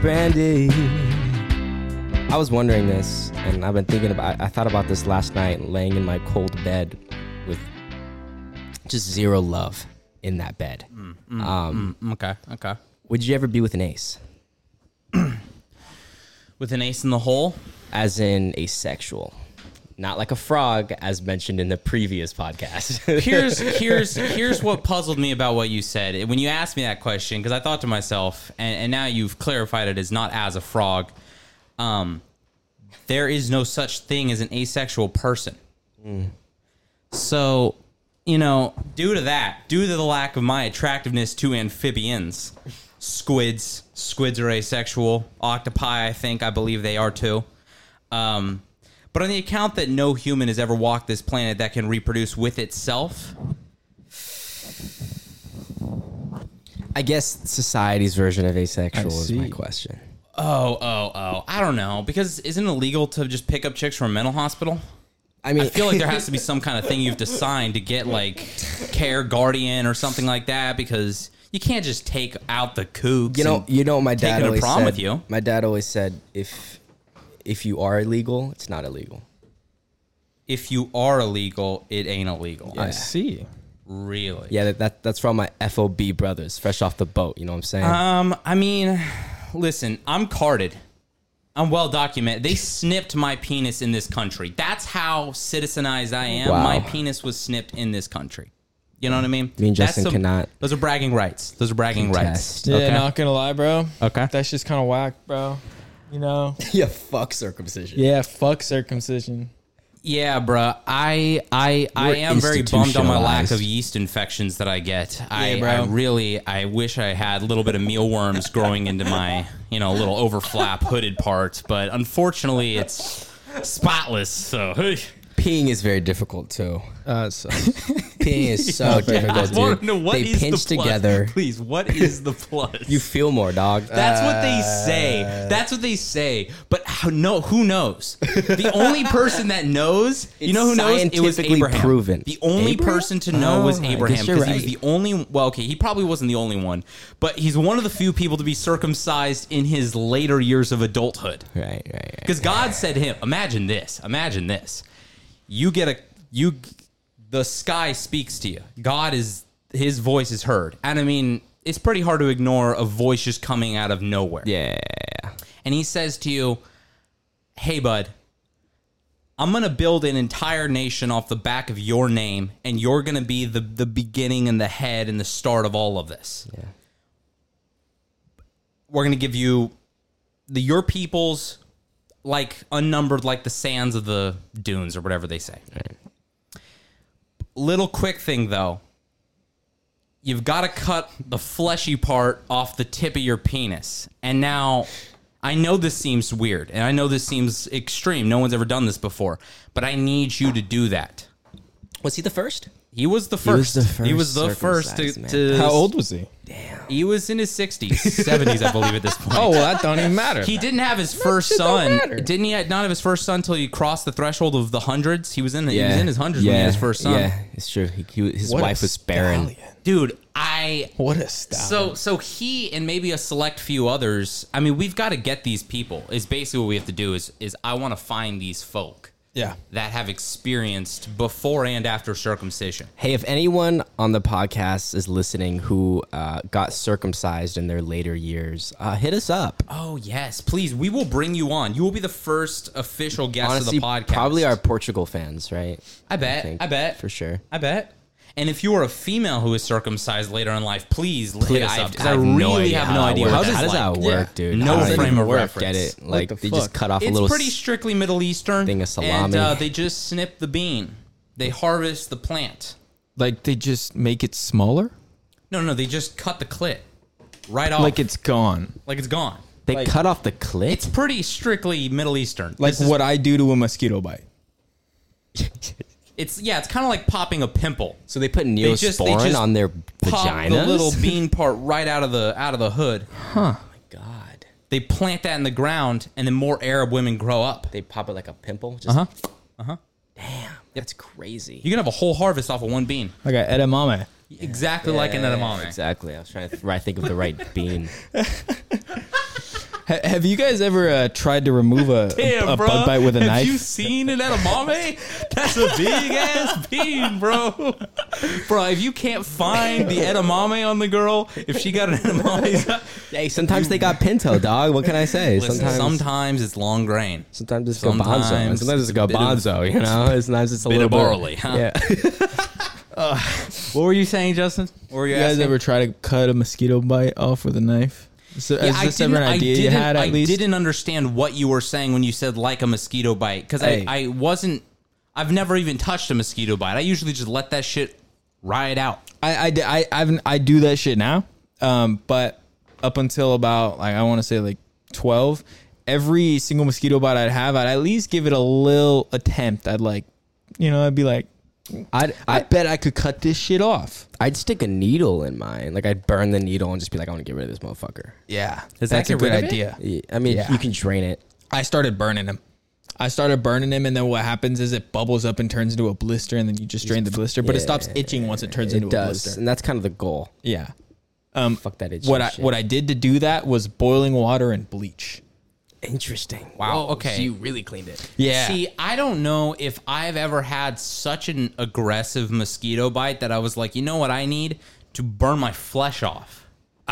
brandy. I was wondering this, and I've been thinking about. I thought about this last night, laying in my cold bed with just zero love in that bed. Hmm. um, Mm, Okay. Okay. Would you ever be with an ace, With an ace in the hole. as in asexual, not like a frog, as mentioned in the previous podcast? Here's here's here's what puzzled me about what you said when you asked me that question because I thought to myself, and, and now you've clarified it as not as a frog. Um, there is no such thing as an asexual person. Mm. So, you know, due to that, due to the lack of my attractiveness to amphibians, squids, squids are asexual. Octopi, I think, I believe they are too. Um, but on the account that no human has ever walked this planet that can reproduce with itself, I guess society's version of asexual is my see. question. oh, oh, oh, I don't know. Because isn't it illegal to just pick up chicks from a mental hospital? I mean, I feel like there has to be some kind of thing you've to sign to get like care guardian or something like that because you can't just take out the kooks. You know, and- you know what my taking dad a always prom said. with you. My dad always said, if if you are illegal, it's not illegal. if you are illegal, it ain't illegal. I see. Really? Yeah, that, that that's from my FOB brothers, fresh off the boat. You know what I'm saying? Um, I mean, listen, I'm carded. I'm well documented. They snipped my penis in this country. That's how citizenized I am. Wow. My penis was snipped in this country. You know what I mean? Me and That's Justin some- cannot Those are bragging rights. Those are bragging rights. contest. Yeah, Okay. not gonna lie, bro. Okay. That's just kind of whack, bro. You know. yeah, fuck circumcision. Yeah. Fuck circumcision. Yeah, bruh. I I I We're am very bummed on my lack institutionalized. of yeast infections that I get. I, bro. I really I wish I had a little bit of mealworms growing into my you know little overflap hooded part, but unfortunately it's spotless. So hey. Peeing is very difficult too. Uh, Peeing is so difficult. I want Dude. to know what they is pinch the plus. together. Please, what is the plus? You feel more, dog. Uh, That's what they say. That's what they say. But how, no, who knows? The only person that knows, you It's know who knows? It was scientifically Abraham. proven. The only Abraham? person to know was Oh, I guess Abraham you're because he was the right. only. Well, okay, he probably wasn't the only one, but he's one of the few people to be circumcised in his later years of adulthood. Right, right, right. Because God said to him, imagine this, imagine this. You get a you the sky speaks to you. God is his voice is heard. And I mean, it's pretty hard to ignore a voice just coming out of nowhere. Yeah. And he says to you, Hey bud, I'm gonna build an entire nation off the back of your name, and you're gonna be the the beginning and the head and the start of all of this Yeah. we're going to give you the your peoples like unnumbered like the sands of the dunes or whatever they say little quick thing though you've got to cut the fleshy part off the tip of your penis and now i know this seems weird and i know this seems extreme no one's ever done this before but i need you to do that Was he the first? he was the first. the He was the first first, to, circumcised to. How old was he? He was in his sixties, seventies, I believe, at this point. Oh, well, that don't even matter. He didn't have his first shit don't son. matter. Didn't he not have his first son until he crossed the threshold of the hundreds? He was in he was in his hundreds when he had his first son. Yeah, it's true. He, he, his What a wife was barren. stallion. Dude, I What a stallion. so so he and maybe a select few others. I mean, we've got to get these people. Is basically what we have to do is is I want to find these folk yeah. that have experienced before and after circumcision. Hey, if anyone on the podcast is listening who uh, got circumcised in their later years, uh, hit us up. Oh yes, please. We will bring you on. You will be the first official guest Honestly, of the podcast. probably our Portugal fans, right? I bet. I, think, bet. for sure. I bet. And if you are a female who is circumcised later in life, please, hit Please, us I- up because I I, have really no idea have no how it idea. works. what How that's does that like. work, Yeah. dude? No How does it frame even of work? Get reference. it? What Like the they just fuck? cut off a It's little. pretty s- strictly Middle Eastern. thing of And uh, salami. they just snip the bean. They harvest the plant. Like they just make it smaller? No, no, they just cut the clit right off, like, Like it's gone. it's gone. they like- cut off the clit. It's pretty strictly Middle Eastern. Like This is- what I do to a mosquito bite. It's yeah, it's kind of like popping a pimple. So they put They just- they neosporin just on their Pop vaginas. the little bean part right out of the out of the hood. God, They plant that in the ground, and then more Arab women grow up. they pop it like a pimple. Just uh huh. Uh huh. Damn, that's crazy. Uh-huh. You can have a whole harvest off of one bean. Like an edamame. Exactly like an Yeah, edamame. Exactly. I was trying to th- think of the right bean. Ha- have you guys ever uh, tried to remove a, Damn, a bro. bug bite with a Have knife? you seen an edamame? That's a big ass bean, bro. Bro, if you can't find the edamame on the girl, if she got an edamame, Hey, sometimes they got pinto, dog. What can I say? listen, sometimes, sometimes, sometimes, it's long grain. it's gobonzo. and sometimes Sometimes it's it's a bit of- gobonzo. You know, sometimes it's a Bit little of barley, bit. huh? Yeah. Uh, What were you saying, Justin? What were you, You guys asking? ever try to cut a mosquito bite off with a knife? So, Yeah, is I this ever an didn't- I idea you didn't- had at I least? didn't understand what you were saying when you said like a mosquito bite because Hey. I, I wasn't. I've never even touched a mosquito bite. I usually just let that shit ride out. I, I, d- I, I've, I do that shit now. Um, but up until about like I want to say like twelve, every single mosquito bite I'd have, I'd at least give it a little attempt. I'd like, you know, I'd be like, I'd, I I, bet I could cut this shit off. I'd stick a needle in mine. Like I'd burn the needle and just be like, I want to get rid of this motherfucker. Yeah, that that's a get rid good of it? idea. Yeah, I mean, Yeah. you can drain it. I started burning him. I started burning him, and then what happens is it bubbles up and turns into a blister, and then you just drain the blister, but it stops itching once it turns It into a does, blister. and that's kind of the goal. Yeah. Um, Fuck that itchy what I shit. what I did to do that was boiling water and bleach. Interesting. Wow, okay. so you really cleaned it. Yeah. See, I don't know if I've ever had such an aggressive mosquito bite that I was like, you know what I need to burn my flesh off.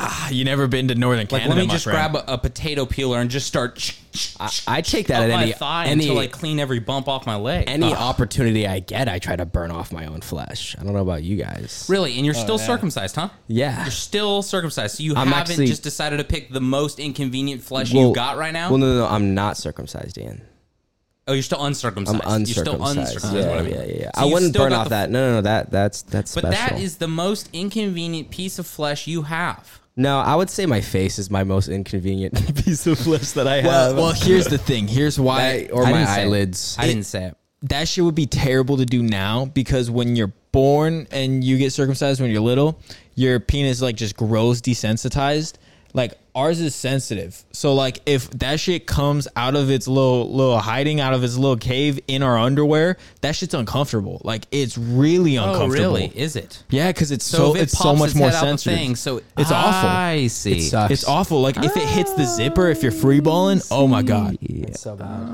Ah, you never been to Northern Like, Canada? let me my just friend. grab a, a potato peeler and just start. I, I take up that at my any thigh any until I clean every bump off my leg. any opportunity I get. I try to burn off my own flesh. I don't know about you guys. really? And you're still circumcised, huh? Yeah. You're still circumcised, so you I'm haven't actually- just decided to pick the most inconvenient flesh Well- you've got right now. Well, no, no, no, I'm not circumcised, Ian. oh, you're still uncircumcised. I'm You're still uncircumcised. uncircumcised. yeah, is what I mean. yeah, yeah, yeah. So I you've wouldn't still burn got off the- that. No, no, no. That that's that's But special. that is the most inconvenient piece of flesh you have. no. I would say my face is my most inconvenient piece of flesh that I Well, have. well, here's the thing. Here's why, or I my didn't say it. eyelids. I didn't say it. That shit would be terrible to do now because when you're born and you get circumcised when you're little, your penis like just grows desensitized. Like ours is sensitive, so like if that shit comes out of its little little hiding out of its little cave in our underwear, that shit's uncomfortable. Like it's Oh, really uncomfortable. Is it? Yeah, because it's so, Oh, if it it's so pops much its more head out the sensitive. thing, so it's awful. I see. It sucks. It's awful. Like if it hits the zipper, if you're free balling, oh my god. It's so bad. Uh,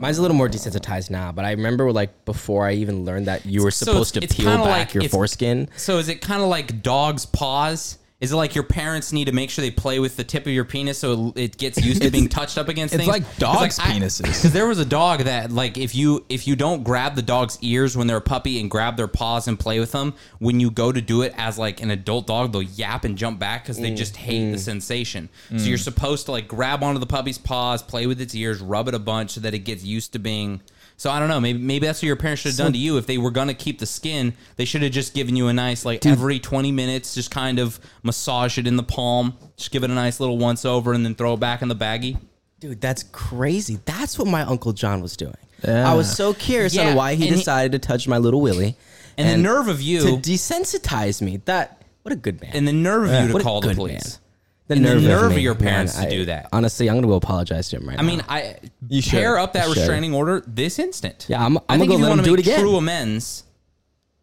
Mine's a little more desensitized now, but I remember like before I even learned that you were So supposed it's- to it's peel kinda back like- your it's- foreskin. So is it kind of like dog's paws? Is it like your parents need to make sure they play with the tip of your penis so it it gets used to being touched up against it's things? like dogs' penises. Because there was a dog that like if you if you don't grab the dog's ears when they're a puppy and grab their paws and play with them, when you go to do it as like an adult dog, they'll yap and jump back because they just hate the sensation. Mm. So you're supposed to like grab onto the puppy's paws, play with its ears, rub it a bunch so that it gets used to being. So I don't know. Maybe maybe that's what your parents should have done to you. If they were gonna keep the skin, they should have just given you a nice like every twenty minutes, just kind of massage it in the palm, just give it a nice little once over, and then throw it back in the baggie. Dude, that's crazy. That's what my Uncle John was doing. Yeah. I was so curious Yeah, on why he and he- decided to touch my little willy. And, the nerve of you to desensitize me. That what a good man. and the nerve of you to What a call the good police. The and the nerve, nerve of me, your man. parents to I- do that. Honestly, I'm gonna go apologize to him right I now. mean, I You should. tear up that You should. restraining order this instant. Yeah, I'm- I I'm think if gonna let you him wanna do it make again. True amends.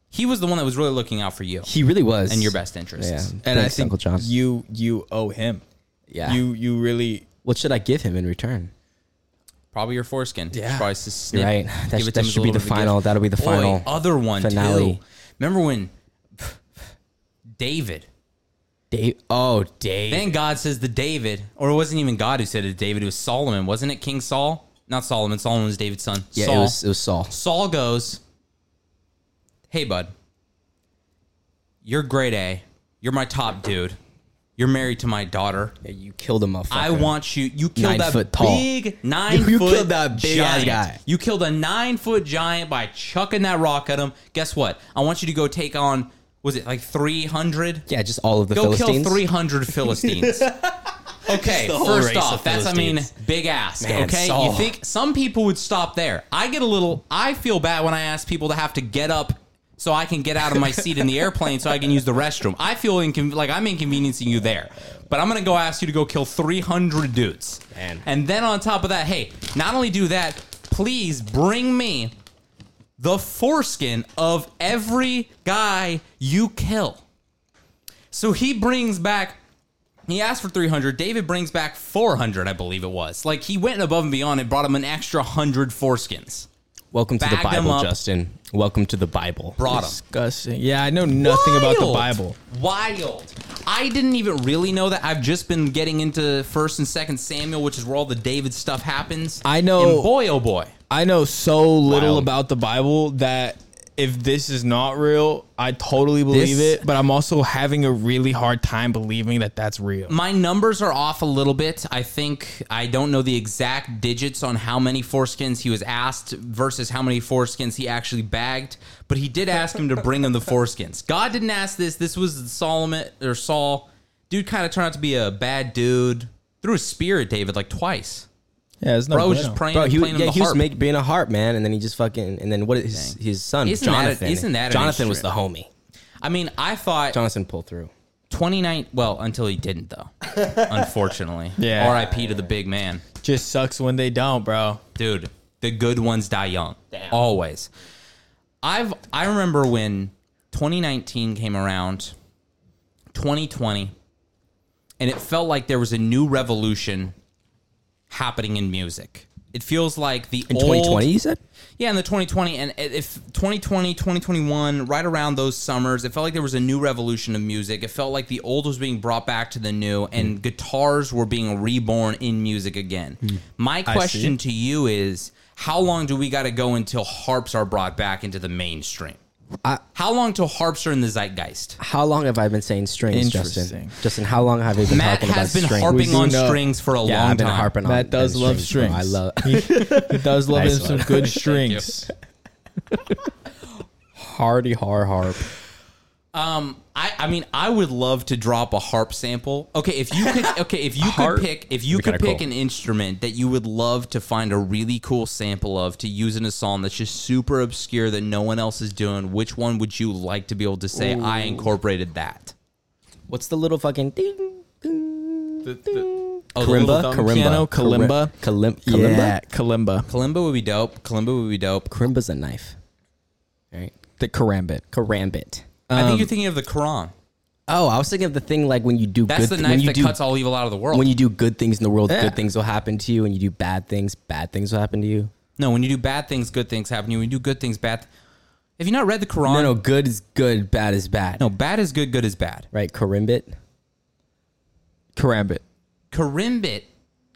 He was the one that was really looking out for you he really was and your best interests. Yeah, and Thanks, I think Uncle John. you you owe him. Yeah. You you really what should I give him in return? Probably your foreskin. Yeah. Probably just snip, Right. That give sh- it to that him as a should be little the bit of a final- gift. that'll be the Boy, final other one finale. too. Remember when David? Dave. Oh, Dave. Then God says the David, or it wasn't even God who said it. David it was Solomon, wasn't it? King Saul, not Solomon. Solomon was David's son. yeah, Saul. it was it was Saul. Saul goes, Hey, bud, you're grade A. You're my top dude. You're married to my daughter. Yeah, you killed him, motherfucker. I want you. You killed Nine that foot tall. big nine You foot killed that big ass giant. guy. You killed a nine foot giant by chucking that rock at him. Guess what? I want you to go take on, was it like 300? Yeah, just all of the Go Philistines. kill 300 Philistines. okay, whole first race off, of that's, I mean, Philistines. big ass. Man, okay, Saul. you think some people would stop there. I get a little, I feel bad when I ask people to have to get up so I can get out of my seat in the airplane so I can use the restroom. I feel incon- like I'm inconveniencing you there. But I'm going to go ask you to go kill 300 dudes. Man. And then on top of that, hey, not only do that, please bring me the foreskin of every guy you kill. So he brings back He asked for 300. David brings back 400, I believe it was. Like he went above and beyond and brought him an extra 100 foreskins. Welcome to the Bagged 'em Bible, up. Justin. Welcome to the Bible. Brought him. Disgusting. Yeah, I know nothing about the Wild. Bible. Wild. I didn't even really know that. I've just been getting into First and Second Samuel, which is where all the David stuff happens. I know- And boy, oh boy. I know so little Wild. about the Bible that if this is not real, I totally believe This- it, but I'm also having a really hard time believing that that's real. My numbers are off a little bit. I think I don't know the exact digits on how many foreskins he was asked versus how many foreskins he actually bagged, but he did ask him to bring him the foreskins. God didn't ask this. This was Solomon or Saul. Dude kind of turned out to be a bad dude. Threw a spear at David like twice. Yeah, there's no Bro was bueno. just praying. Bro, and he, playing on yeah, the he was harp. make, being a harp man, and then he just fucking and then what is his, his son Isn't that a- Jonathan? isn't that an Jonathan was the homie. I mean, I thought Jonathan pulled through. 29 well until he didn't though unfortunately Yeah. rip to the big man Just sucks when they don't, bro. dude the good ones die young always i've i remember when 2019 came around 2020 and it felt like there was a new revolution happening in music it feels like the In old- 2020, you said? yeah, in the 2020 and i- if 2020, 2021, right around those summers, it felt like there was a new revolution of music. It felt like the old was being brought back to the new and Mm. guitars were being reborn in music again. My question to you is how long do we got to go until harps are brought back into the mainstream? how long till harps are in the zeitgeist? How long have I been saying strings, Justin? Interesting. Justin, how long have I been Matt talking about has been strings? harping do on know. strings for a yeah, long I've been time. harping on. Matt does on love bro. strings. I love. He does love Nice him some one. good strings. Hardy har harp. Um, I, I mean, I would love to drop a harp sample. Okay, if you could, okay, if you could Harp? pick, if you Be could kinda pick cool. an instrument that you would love to find a really cool sample of to use in a song that's just super obscure that no one else is doing, which one would you like to be able to say I incorporated that? What's the little fucking ding? Oh, the little Kalimba, thumb piano, kalimba, Kalimba. Yeah, Kalimba. kalimba. Kalimba would be dope. Kalimba would be dope. Kalimba's a knife. All right. The karambit. Karambit. I Um, think you're thinking of the Quran. Oh, I was thinking of the thing like when you do That's good the thi- when knife you that do cuts all evil out of the world. when you do good things in the world, Yeah. good things will happen to you. When you do bad things, bad things will happen to you. no, when you do bad things, good things happen to you. When you do good things, bad. Have you not read the Quran? No, no, good is good, bad is bad. no, bad is good, good is bad. Right, Karimbit? Karambit. Karimbit.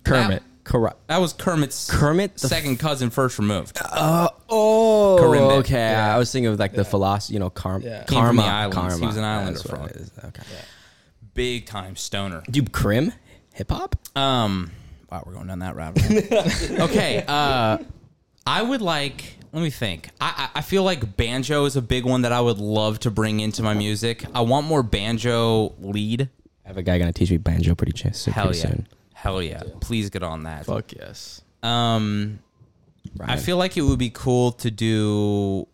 Kermit. Kara- That was Kermit's Kermit the Uh, second cousin, first removed. Oh, Karimbit. okay. I was thinking of like the philosophy, you know, karm- Yeah. karma. Came from the islands. Karma. He was an islander That's what from- it is. Okay. Big time stoner. Do you crim hip hop? Um, wow, we're going down that rabbit hole. okay, uh, I would like. Let me think. I, I I feel like banjo is a big one that I would love to bring into my music. I want more banjo lead. I have a guy gonna teach me banjo pretty, ch- so Hell pretty yeah. soon. Hell yeah. Please get on that. Fuck yes. Um, I Ryan. feel like it would be cool to do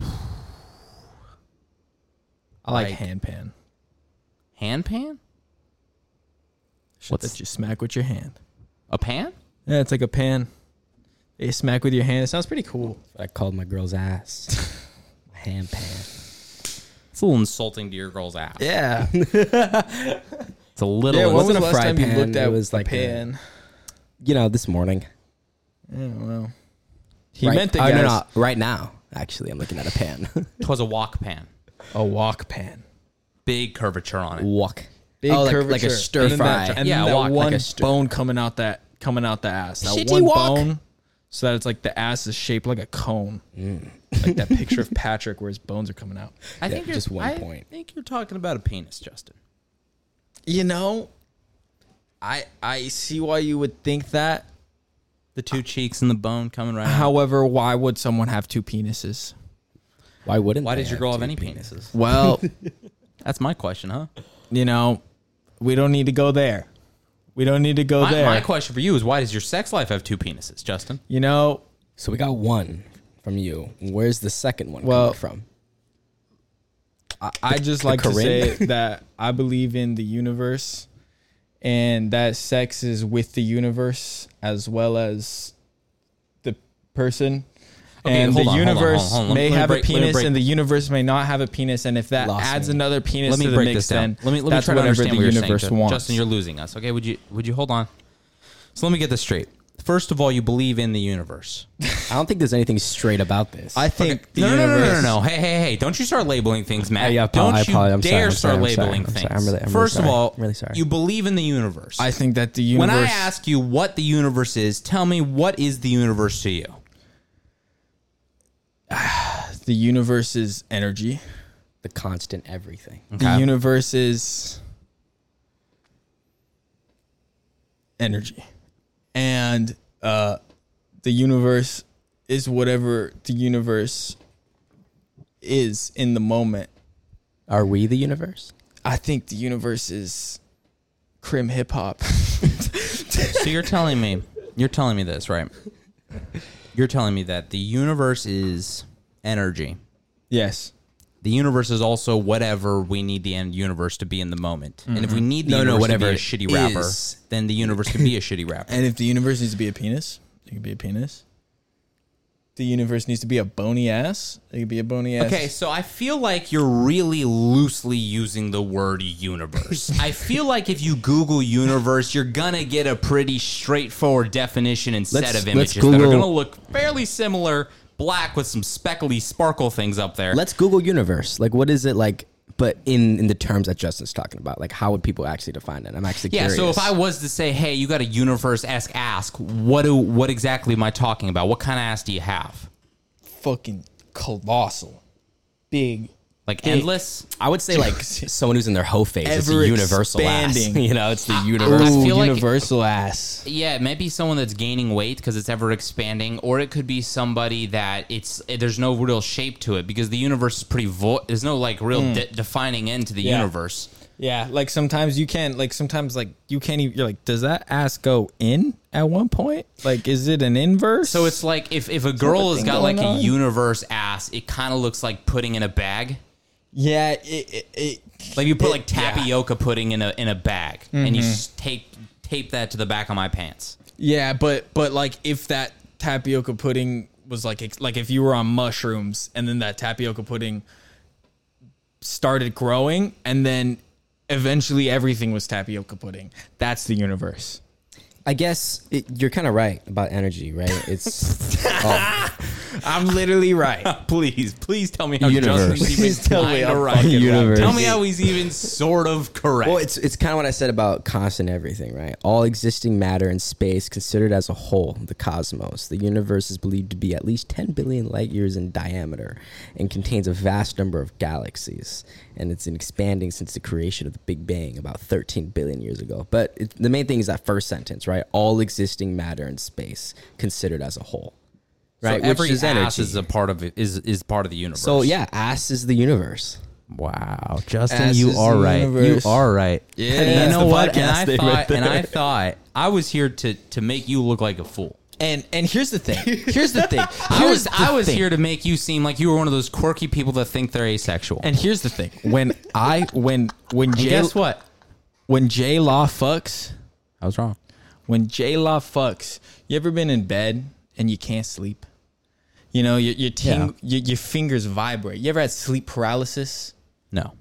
I like, Like- hand pan. hand pan, Shit that you smack with your hand. a pan. Yeah, it's like a pan. You smack with your hand. It sounds pretty cool. I called my girl's ass. My hand pan. It's a little insulting to your girl's ass. Yeah. It's a little. yeah. When was wasn't a the last fry time you pan, looked at it was a like a- pan? You know, this morning. Yeah, well, he right, meant that. oh, guys, no, no, right now. Actually, I'm looking at a pan. Twas a walk pan. a walk pan. Big curvature on it. Walk. Big oh, like, curvature. like a stir and then fry. That, and Yeah, yeah, a that wok, like one a stir- bone coming out that coming out the ass. That Shitty one wok. bone, so that it's like the ass is shaped like a cone, like that picture of Patrick where his bones are coming out. I Yeah, think you're, just one I point. think you're talking about a penis, Justin. You know, I I see why you would think that. The two cheeks and the bone coming right. out. However, why would someone have two penises? Why wouldn't? Why they does your girl two have any penis? penises? Well, That's my question, huh? you know, we don't need to go there. We don't need to Oh, go My, there. my question for you is why does your sex life have two penises, Justin? you know, So we got one from you. Where's the second one Well, coming from? I, I just like to say Corinne? that I believe in the universe and that sex is with the universe as well as the person. and hold the on, hold on, hold on, universe hold on. Let me- may let me have break- let a me penis, break- and the universe may not have a penis. And if that Lost adds me. another penis Let me to the break mix, this down. Let then me let me that's try to whatever understand the what you're universe saying. wants. Justin, you're losing us. Okay, would you would you hold on? So let me get this straight. First of all, you believe in the universe. I don't think there's anything straight about this. I think the no, no, no, universe. no, no, no. Hey, hey, hey! Don't you start labeling things, Matt. Hey, I apo- don't I you apologize. I'm sorry, dare I'm start sorry, I'm sorry, labeling I'm sorry. things. I'm really- I'm really First sorry. of all, I'm really sorry. you believe in the universe. I think that the when universe. I ask you what the universe is, tell me what is the universe to you? the universe is energy. the constant everything. Okay. The universe is energy, and uh, the universe is whatever the universe is in the moment. Are we the universe? I think the universe is crim hip hop. So you're telling me, you're telling me this, right? You're telling me that the universe is energy. yes. The universe is also whatever we need the end universe to be in the moment. And if we need the Mm-hmm. No, no, universe whatever to be a it shitty rapper, is. then the universe can be a shitty rapper. And if the universe needs to be a penis, it could be a penis. The universe needs to be a bony ass. It could be a bony ass. Okay, so I feel like you're really loosely using the word universe. I feel like if you Google universe, you're gonna get a pretty straightforward definition and set Let's- of let's images that are Google- gonna look fairly similar, black with some speckly sparkle things up there. Let's Google universe. Like, what is it like? But in in the terms that Justin's talking about, like, how would people actually define it? I'm actually yeah, curious. so if I was to say, "Hey, you got a universe esque ask," what do what exactly am I talking about? What kind of ass do you have? Fucking colossal. Big. Like endless? I would say like someone who's in their hoe phase is Ever the universal ass. expanding. You know, it's the I universe. feel like- universal ass. Yeah, it might be someone that's gaining weight because it's ever expanding, or it could be somebody that it's there's no real shape to it because the universe is pretty void. There's no like real de- defining end to the Yeah. universe. Yeah, like sometimes you can't. Like sometimes, like you can't even. You're like, does that ass go in at one point? Like, is it an inverse? So it's like if, if a girl has thing got like going a on. universe ass, it kind of looks like pudding in a bag. yeah. It, it, it, Like you put It- like tapioca pudding in a in a bag, and you s- tape tape that to the back of my pants. yeah, but but like if that tapioca pudding was like ex- like if you were on mushrooms and then that tapioca pudding started growing and then eventually everything was tapioca pudding. That's the universe. I guess it, you're kind of right about energy, right? It's oh, I'm literally right. Please, please tell me how Universe. Justin's even Please tell me kinda I'm right. fucking right. Tell me how he's even sort of correct. well, it's it's kind of what I said about constant everything, right? All existing matter and space considered as a whole, the cosmos. The universe is believed to be at least 10 billion light years in diameter and contains a vast number of galaxies, and it's been expanding since the creation of the Big Bang about 13 billion years ago. But it, the main thing is that first sentence, right? All existing matter and space considered as a whole, right? So every ass is a part of it, is is part of the universe. so yeah, ass is the universe. Wow, Justin, Ass you is are the right. universe. You are right. Yeah, That's you know the what? And podcast I thing right thought, and I thought I was here to to make you look like a fool. And and here's the thing. Here's the thing. I was Here's the I was thing. here to make you seem like you were one of those quirky people that think they're asexual. And here's the thing. When I when when And Jay guess what? when J Law fucks, I was wrong. when J Law fucks, you ever been in bed and you can't sleep? You know, your your, ting- your your fingers vibrate. You ever had sleep paralysis? No.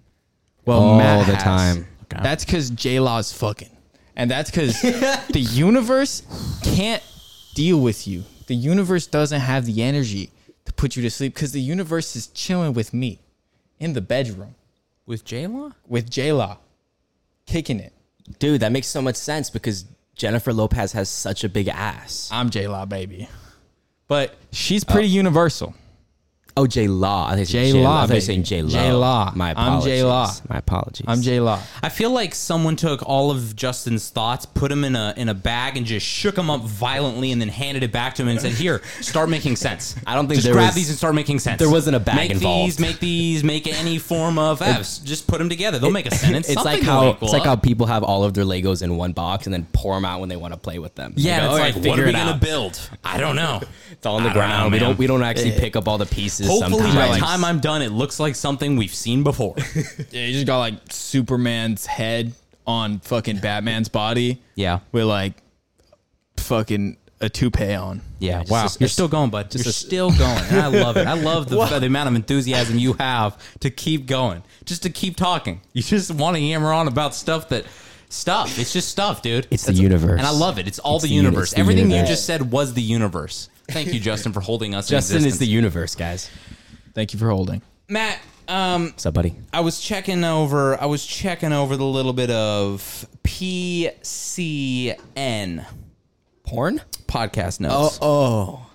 Well, All Matt the has. time. Okay. That's because J Law's fucking, and that's because the universe can't deal with you. The universe doesn't have the energy to put you to sleep because the universe is chilling with me in the bedroom With J Law? with J Law, kicking it. Dude, that makes so much sense because Jennifer Lopez has such a big ass. I'm J Law, baby. Uh, But she's pretty universal. Oh, J Law. I think it's J. J Law, Law. I think baby. it's saying J Law. J. Law. My I'm apologies. J. Law. My apologies. I'm J Law. I feel like someone took all of Justin's thoughts, put them in a in a bag, and just shook them up violently, and then handed it back to him and said, "Here, start making sense." I don't think just there grab was- these and start making sense. there wasn't a bag make involved. These, make these, make any form of F's. Just put them together; they'll make a sentence. It's Something like will how equal it's like up. how people have all of their Legos in one box and then pour them out when they want to play with them. yeah. They it's go, "All right, like what are figure we it gonna out." build? I don't know. It's all on the I don't ground. know, we man. don't we don't actually pick up all the pieces. Hopefully, sometimes. by the time I'm done, it looks like something we've seen before. Yeah, you just got like Superman's head on fucking Batman's body. Yeah. With like fucking a toupee on. Yeah, just- wow. just- You're still going, bud. You're still going. And I love it. I love the, the amount of enthusiasm you have to keep going, just to keep talking. You just want to hammer on about stuff that stuff. It's just stuff, dude. It's the universe. And I love it. It's all It's the the uni- universe. it's the Everything universe. you just said was the universe. Thank you, Justin, for holding us. in Justin is the existence. universe, guys. Thank you for holding. Matt. Um, What's up, buddy? I was checking over. I was checking over the little bit of PCN Porn? podcast notes. Oh,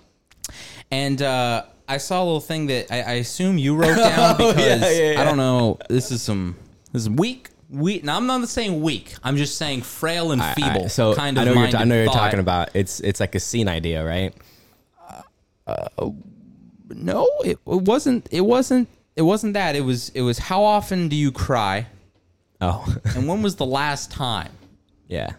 And uh, I saw a little thing that I, I assume you wrote down because yeah, yeah, yeah. I don't know. This is some this is weak. Weak. Now I'm not saying weak. I'm just saying frail and feeble. I- so kind of. I know, you're, minded I know you're thought. talking about. It's it's like a scene idea, right? No, it, it wasn't. It wasn't. It wasn't that. It was. It was how often do you cry, Oh, and when was the last time? yeah.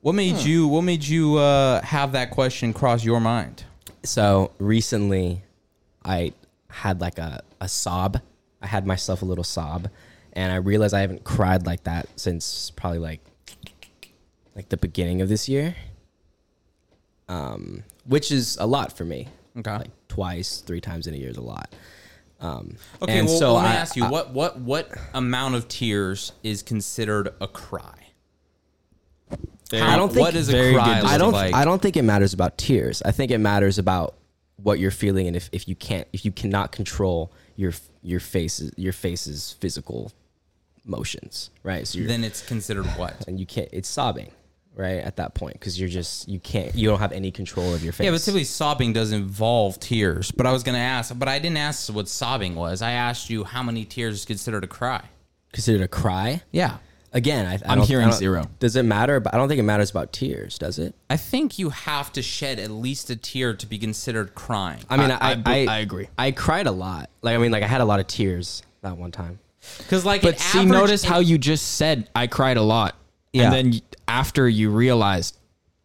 What made you? What made you uh, have that question cross your mind? So recently, I had like a a sob. I had myself a little sob, and I realized I haven't cried like that since probably like like the beginning of this year. Um, which is a lot for me. Okay. Like twice, three times in a year is a lot. Um, Okay. and well, so let me I- ask you what what what amount of tears is considered a cry? I don't think- what is a very cry. good look I don't. Like? I don't think it matters about tears. I think it matters about what you're feeling, and if, if you can't, if you cannot control your your face's your face's physical motions, right? So you're, then it's considered what? and you can't. It's sobbing, right? At that point, because you're just you can't. You don't have any control of your face. Yeah, but typically sobbing does involve tears. But I was gonna ask, but I didn't ask what sobbing was. I asked you how many tears is considered a cry. considered a cry. Yeah, Again, I, I I'm don't- hearing I don't- zero. Does it matter? But I don't think it matters about tears. Does it? I think you have to shed at least a tear to be considered crying. I mean, I- I I- I, I agree. I cried a lot. Like I mean, like I had a lot of tears that one time. Because like, but an see, average- notice how you just said I cried a lot, Yeah. and then y- after you realized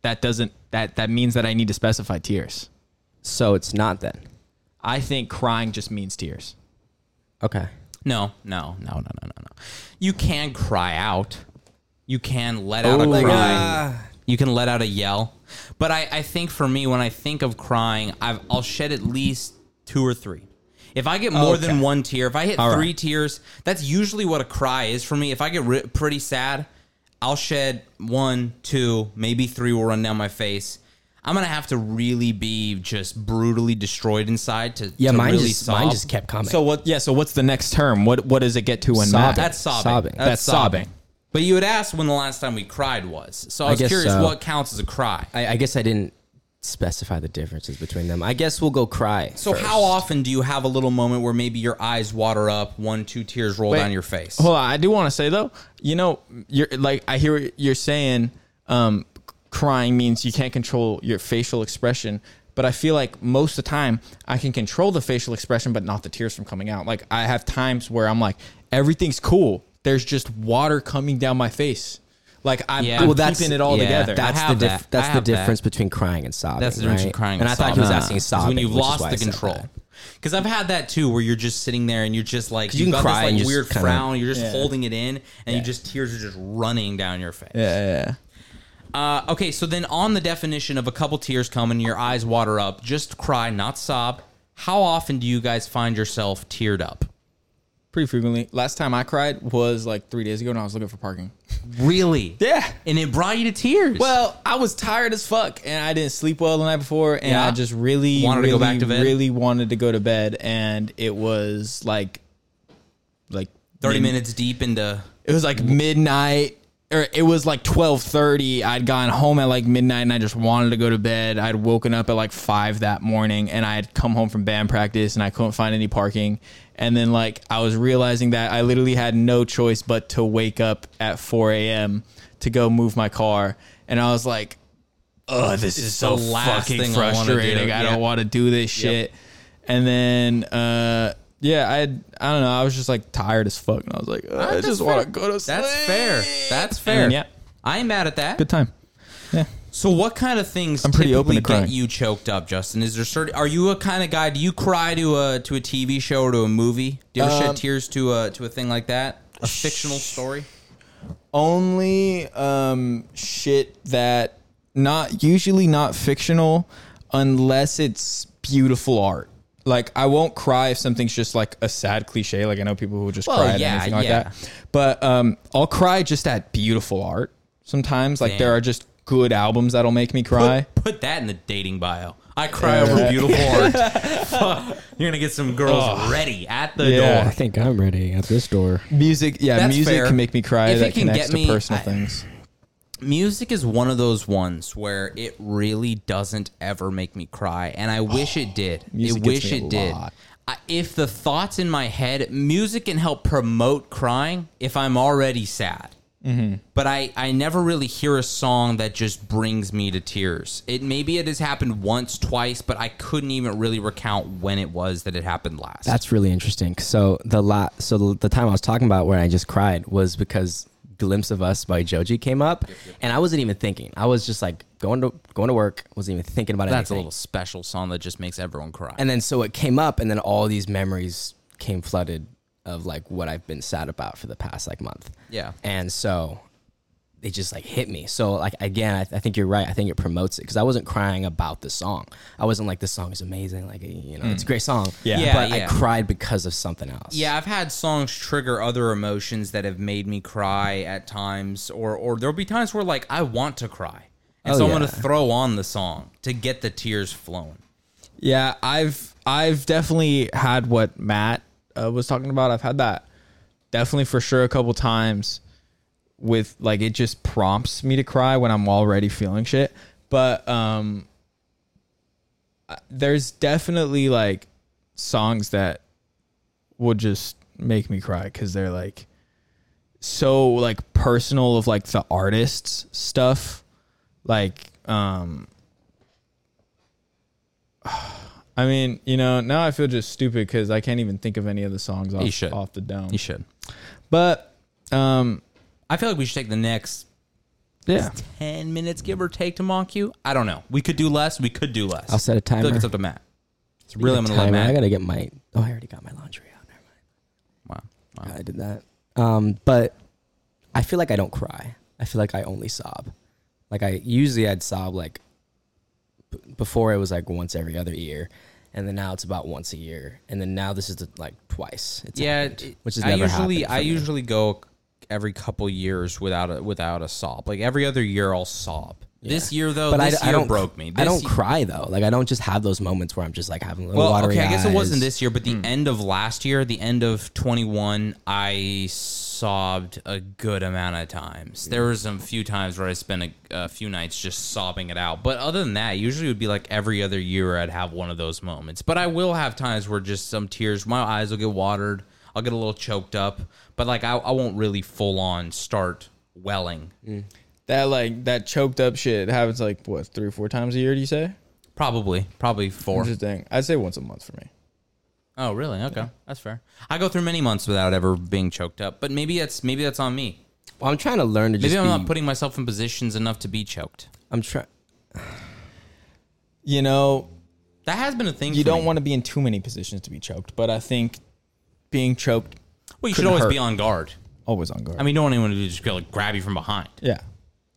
that doesn't that that means that I need to specify tears. So it's not then. I think crying just means tears. Okay. No, no, no, no, no, no, no. You can cry out. You can let out Oh, a like, cry. you can let out a yell. But I, I think for me, when I think of crying, I've, I'll shed at least two or three. If I get more than Okay. one tear, if I hit right. three tears, that's usually what a cry is for me. If I get ri pretty sad, I'll shed one, two, maybe three will run down my face. I'm gonna have to really be just brutally destroyed inside to Yeah, to mine really just sob. mine just kept coming. So what? Yeah. So what's the next term? What What does it get to when Sobbing. Matt? That's sobbing. Sobbing. That's, That's sobbing. sobbing. But you had asked when the last time we cried was. So I uh, was guess curious so. what counts as a cry. I, I guess I didn't specify the differences between them. I guess we'll go cry. So how often do you have a little moment where maybe your eyes water up, one, two tears roll down your face? Hold on, I do want to say though, you know, you're like I hear what you're saying um, c- crying means you can't control your facial expression, but I feel like most of the time I can control the facial expression, but not the tears from coming out. Like I have times where I'm like everything's cool, there's just water coming down my face, like I'm, Yeah. I'm Well, that's- keeping it all yeah, together. That's I the have dif- that. that's I the have that. difference between crying and sobbing. That's the difference right? between crying And I thought he was sobbing. asking It's sobbing. When you've which is lost why the I said control. that. Because I've had that too, where you're just sitting there and you're just like you can got cry this and like just weird kinda- frown, you're just Yeah. holding it in, and you just tears are just running down your face. yeah, yeah, yeah. Uh, okay, so then on the definition of a couple tears coming, your eyes water up, just cry, not sob. How often do you guys find yourself teared up? pretty frequently. Last time I cried was like three days ago, and I was looking for parking. Really? Yeah. And it brought you to tears. Well, I was tired as fuck, and I didn't sleep well the night before, and Yeah. I just really Wanted to really, go back to bed? Really wanted to go to bed, and it was like, like 30 mid- minutes deep into. It was like midnight, or it was like twelve thirty. I'd gone home at like midnight, and I just wanted to go to bed. I'd woken up at like five that morning, and I had come home from band practice, and I couldn't find any parking. And then like I was realizing that I literally had no choice but to wake up at four a.m. to go move my car, and I was like oh, this is so the last fucking thing I wanna frustrating. do. I, Yeah. don't want to do this shit. And then, uh, yeah, I I don't know. I was just like tired as fuck, and I was like, "Ugh, I just want to go to sleep. That's fair. That's fair. then, yeah. I ain't mad at that. Good time. So, what kind of things I'm pretty open typically to get crying. you choked up, Justin? Is there certain? Are you a kind of guy? Do you cry to a to a TV show or to a movie? Do you ever Um, shed tears to a to a thing like that? A fictional story? Only um, shit that not usually not fictional unless it's beautiful art. Like I won't cry if something's just like a sad cliche. Like I know people who just Well, cry yeah, at anything like yeah. that. But um, I'll cry just at beautiful art sometimes. Like there Damn. are just good albums that'll make me cry. Put that in the dating bio. I cry over beautiful art. Fuck. You're gonna get some girls ready at the Yeah. I door. think I'm ready at this door. Music, yeah, That's music fair. can make me cry. If it that can connects get to me- personal I- things. Music is one of those ones where it really doesn't ever make me cry, and I wish it did. I Oh, music gets wish me a it did. lot. I, if the thoughts in my head, music can help promote crying if I'm already sad. Mm-hmm. But I, I never really hear a song that just brings me to tears. It maybe it has happened once, twice, but I couldn't even really recount when it was that it happened last. That's really interesting. So the la- so the, the time I was talking about where I just cried was because "Glimpse of Us" by Joji came up, and I wasn't even thinking. I was just like going to going to work, wasn't even thinking about That's a anything. little special song that just makes everyone cry. and then so it came up, and then all these memories came flooded of like what I've been sad about for the past like month. Yeah. and so it just like hit me. So like again, I, I think you're right. I think it promotes it because I wasn't crying about the song. I wasn't like this song is amazing. Like you know, it's a great song. Yeah. Mm. Yeah, but yeah. I cried because of something else. yeah, I've had songs trigger other emotions that have made me cry at times, or or there'll be times where like I want to cry, and Oh, so I'm gonna yeah. throw on the song to get the tears flowing. Yeah, I've I've definitely had what Matt uh, was talking about. I've had that definitely for sure a couple times with like it just prompts me to cry when I'm already feeling shit. But um I- there's definitely like songs that will just make me cry cuz they're like so like personal of like the artist's stuff like um I mean, you know, now I feel just stupid because I can't even think of any of the songs You off, should. off the dome. You should. But um, I feel like we should take the next yeah, ten minutes, give or take, to mock you. I don't know. We could do less. We could do less. I'll set a I feel like timer. it's up to Matt. It's really I'm gonna let Timer. I Matt. gotta get my. Oh, I already got my laundry out. Never Wow. mind. I did that. Um, but I feel like I don't cry. I feel like I only sob. Like I usually I'd sob like b- before it was like once every other year, and then now it's about once a year, and then now this is like twice. It's yeah, happened, it- which is I never usually happened for I me. usually go every couple years without a without a sob. Like every other year, I'll sob. This year though, But I, oh, this I year don't broke me. This I don't ye- cry though. Like I don't just have those moments where I'm just like having little Well, watery okay, I guess it wasn't eyes. Hmm. this year, but the end of last year, the end of 21, I sobbed a good amount of times. There were some few times where I spent a, a few nights just sobbing it out. But other than that, usually it would be like every other year I'd have one of those moments. But I will have times where just some tears, my eyes will get watered, I'll get a little choked up, but like I, I won't really full on start welling. that like that choked up shit happens like what three or four times a year? Do you say? Probably, probably four. Interesting. I'd say once a month for me. Oh, really? Okay, that's fair. I go through many months without ever being choked up, but maybe that's maybe that's on me. Well, I'm trying to learn to just. Maybe I'm be, not putting myself in positions enough to be choked. I'm trying. You know, That has been a thing. you for don't me. want to be in too many positions to be choked, but I think being choked Well, you should couldn't always hurt. be on guard. always on guard. I mean, don't want anyone to just go like grab you from behind, yeah,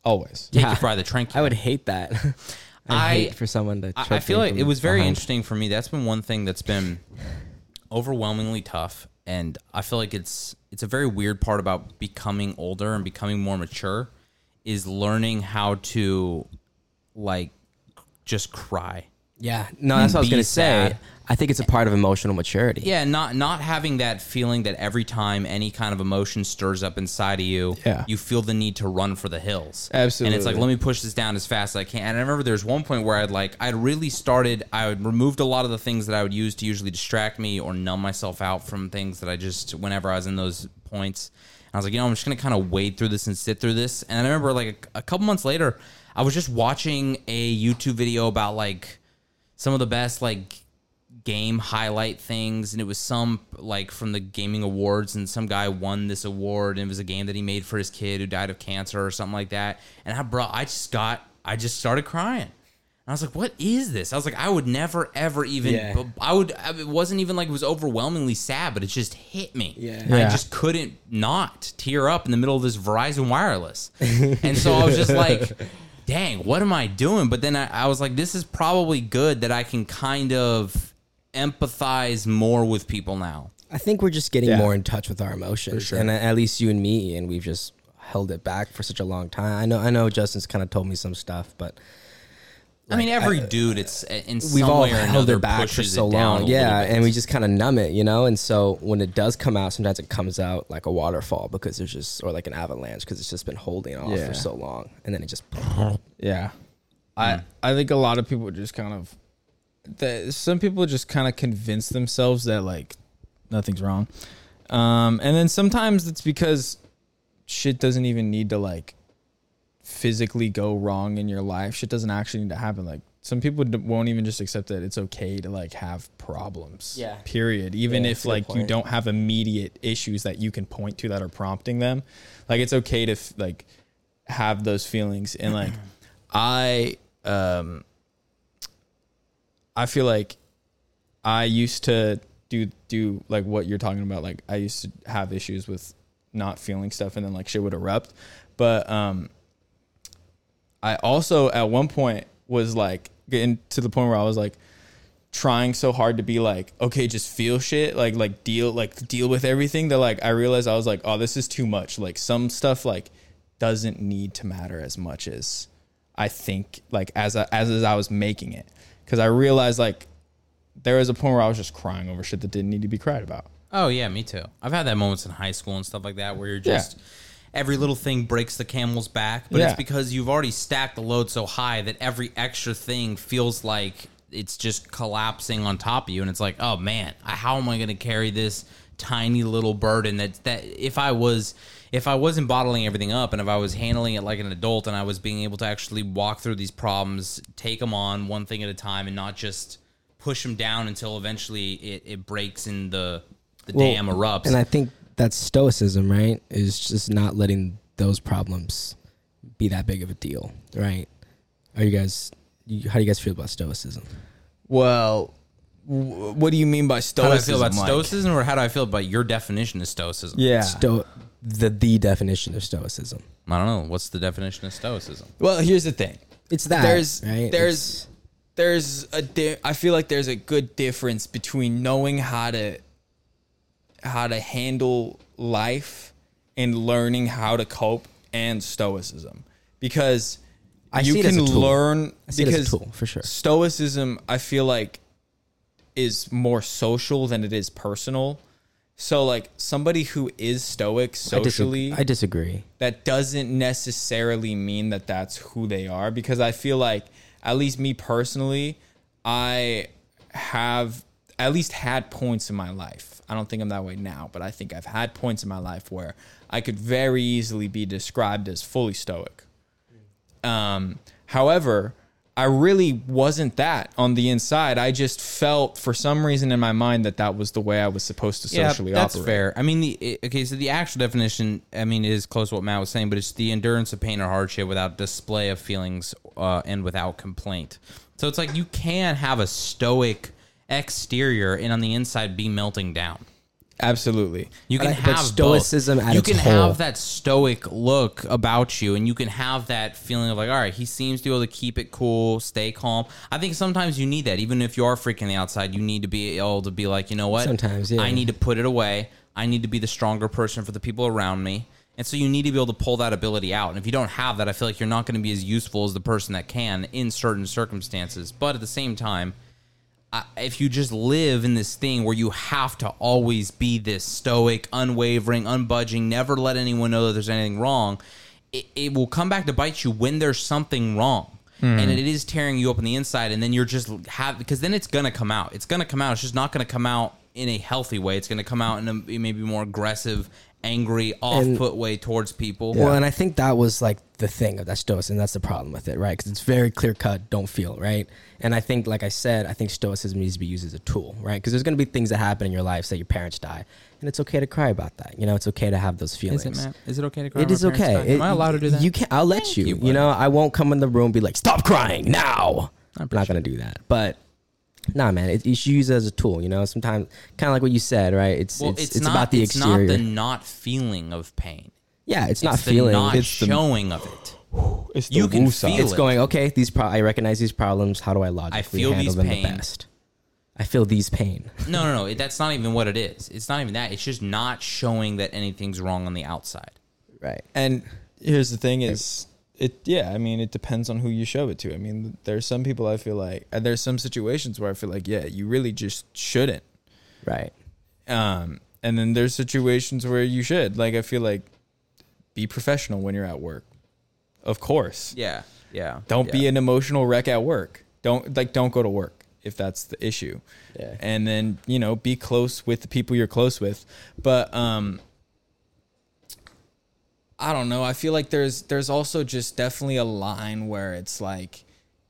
always. take Yeah. you by the trunk. I would hate that. I I- hate for someone to. I, I choke feel me Uh-huh. like from it was very behind. interesting for me. That's been one thing that's been overwhelmingly tough, and I feel like it's it's a very weird part about becoming older and becoming more mature is learning how to like just cry. Yeah, no, that's what I was Be gonna say. sad. I think it's a part of emotional maturity. Yeah, not not having that feeling that every time any kind of emotion stirs up inside of you, Yeah. you feel the need to run for the hills. And it's like, Absolutely. let me push this down as fast as I can. And I remember there's one point where I'd like I'd really started I would removed a lot of the things that I would use to usually distract me or numb myself out from things that I just whenever I was in those points. I was like, you know, I'm just gonna kind of wade through this and sit through this. And I remember like a, a couple months later, I was just watching a YouTube video about like some of the best like game highlight things and it was some like from the gaming awards and some guy won this award and it was a game that he made for his kid who died of cancer or something like that and i bro i just got i just started crying and i was like what is this i was like i would never ever even Yeah. but i would I- it wasn't even like it was overwhelmingly sad but it just hit me Yeah. And i Yeah. just couldn't not tear up in the middle of this verizon wireless and so i was just like dang, what am I doing? But then I, I was like, this is probably good that I can kind of empathize more with people now. I think we're just getting Yeah. more in touch with our emotions, and uh, at least you and me, and we've just held it back for such a long time. I know, I know, Justin's kind of told me some stuff, but I mean, every dude, it's in some we've all way or held another it back for pushes so it down long, a yeah, little bit. and we just kind of numb it, you know. And so when it does come out, sometimes it comes out like a waterfall because there's just or like an avalanche because it's just been holding off Yeah. for so long, and then it just Yeah. Hmm. I I think a lot of people just kind of that some people just kind of convince themselves that like nothing's wrong. Um and then sometimes it's because shit doesn't even need to like physically go wrong in your life. Shit doesn't actually need to happen like some people d- won't even just accept that it's okay to like have problems. Yeah. Period. Even Yeah, if that's a good like you point. don't have immediate issues that you can point to that are prompting them, like it's okay to f- like have those feelings and like i um i feel like i used to do do like what you're talking about like i used to have issues with not feeling stuff and then like shit would erupt but um i also at one point was like getting to the point where i was like trying so hard to be like okay just feel shit like like deal like deal with everything that like i realized i was like oh this is too much like some stuff like doesn't need to matter as much as i think like as I, as, as i was making it because i realized like there was a point where i was just crying over shit that didn't need to be cried about Oh yeah, me too. I've had that moments in high school and stuff like that where you're just every little thing breaks the camel's back, but Yeah. it's because you've already stacked the load so high that every extra thing feels like it's just collapsing on top of you, and it's like, oh man, I- how am I going to carry this tiny little burden that that if I was if I wasn't bottling everything up and if I was handling it like an adult and I was being able to actually walk through these problems, take them on one thing at a time, and not just push them down until eventually it, it breaks in the the dam erupts. And I think that's stoicism, right? Is just not letting those problems be that big of a deal, right? Are you guys? You, how do you guys feel about stoicism? well w- what do you mean by how do I stoicism feel about Mike? stoicism, or how do I feel about your definition of stoicism? yeah Sto- the the definition of stoicism. I don't know. What's the definition of stoicism? well here's the thing It's that. there's right? there's there's a di- I feel like there's a good difference between knowing how to how to handle life and learning how to cope and stoicism because I you see it as can a tool. learn I see it as a because tool, for sure. stoicism I feel like is more social than it is personal. So like somebody who is stoic I disagree. socially I disagree. that doesn't necessarily mean that that's who they are because I feel like at least me personally I have at least had points in my life. I don't think I'm that way now, but I think I've had points in my life where I could very easily be described as fully stoic. Um, however, I really wasn't that on the inside. I just felt for some reason in my mind that that was the way I was supposed to socially that's operate. fair. I mean, the it- okay. So the actual definition, I mean, it is close to what Matt was saying, but it's the endurance of pain or hardship without display of feelings uh, and without complaint. So it's like you can have a stoic exterior and on the inside be melting down. Absolutely. You can I- have but both. stoicism at you its can whole. have that stoic look about you, and you can have that feeling of like, all right, he seems to be able to keep it cool, stay calm. I think sometimes you need that, even if you are freaking the outside, you need to be able to be like, you know what? Sometimes, yeah. I need to put it away. I need to be the stronger person for the people around me. And so you need to be able to pull that ability out. And if you don't have that, I feel like you're not going to be as useful as the person that can in certain circumstances. But at the same time, I- if you just live in this thing where you have to always be this stoic, unwavering, unbudging, never let anyone know that there's anything wrong, it, it will come back to bite you when there's something wrong. And it is tearing you up on the inside, and then you're just have because then it's gonna come out. It's gonna come out. It's just not gonna come out in a healthy way. It's gonna come out in a maybe more aggressive, angry, off put way towards people. Well, and I think that was like the thing of that stoicism. That's the problem with it, right? Because it's very clear cut. Don't feel right. And I think, like I said, I think stoicism needs to be used as a tool, right? Because there's going to be things that happen in your life. Say your parents die, and it's okay to cry about that. You know, it's okay to have those Is feelings. it, Matt? Is it okay to cry? It when is my parents okay. die? It- Am I allowed to do that? You can. I'll let you. you, You, buddy. know, I won't come in the room and be like, "Stop crying now." I'm not gonna do that. But nah, man, it, you should use it as a tool. You know, sometimes kind of like what you said, right? It's well, it's, it's, about the it's exterior. not the not feeling of pain. yeah, it's, not it's the feeling. not it's the showing of it. It's the You can woo side. feel It's it. going okay. These pro- I recognize these problems. How do I logically feel handle these them pain. the best? I feel these pain. No, no, no. it- That's not even what it is. It's not even that. It's just not showing that anything's wrong on the outside. Right. And here's the thing: is it? Yeah, I mean, it depends on who you show it to. I mean, there's some people I feel like, and there's some situations where I feel like, yeah, you really just shouldn't. Right. Um, and then there's situations where you should. Like, I feel like, be professional when you're at work. Of course, Yeah, yeah. don't be an emotional wreck at work. Don't like, don't go to work if that's the issue. Yeah. And then you know, be close with the people you're close with. But um, I don't know. I feel like there's there's also just definitely a line where it's like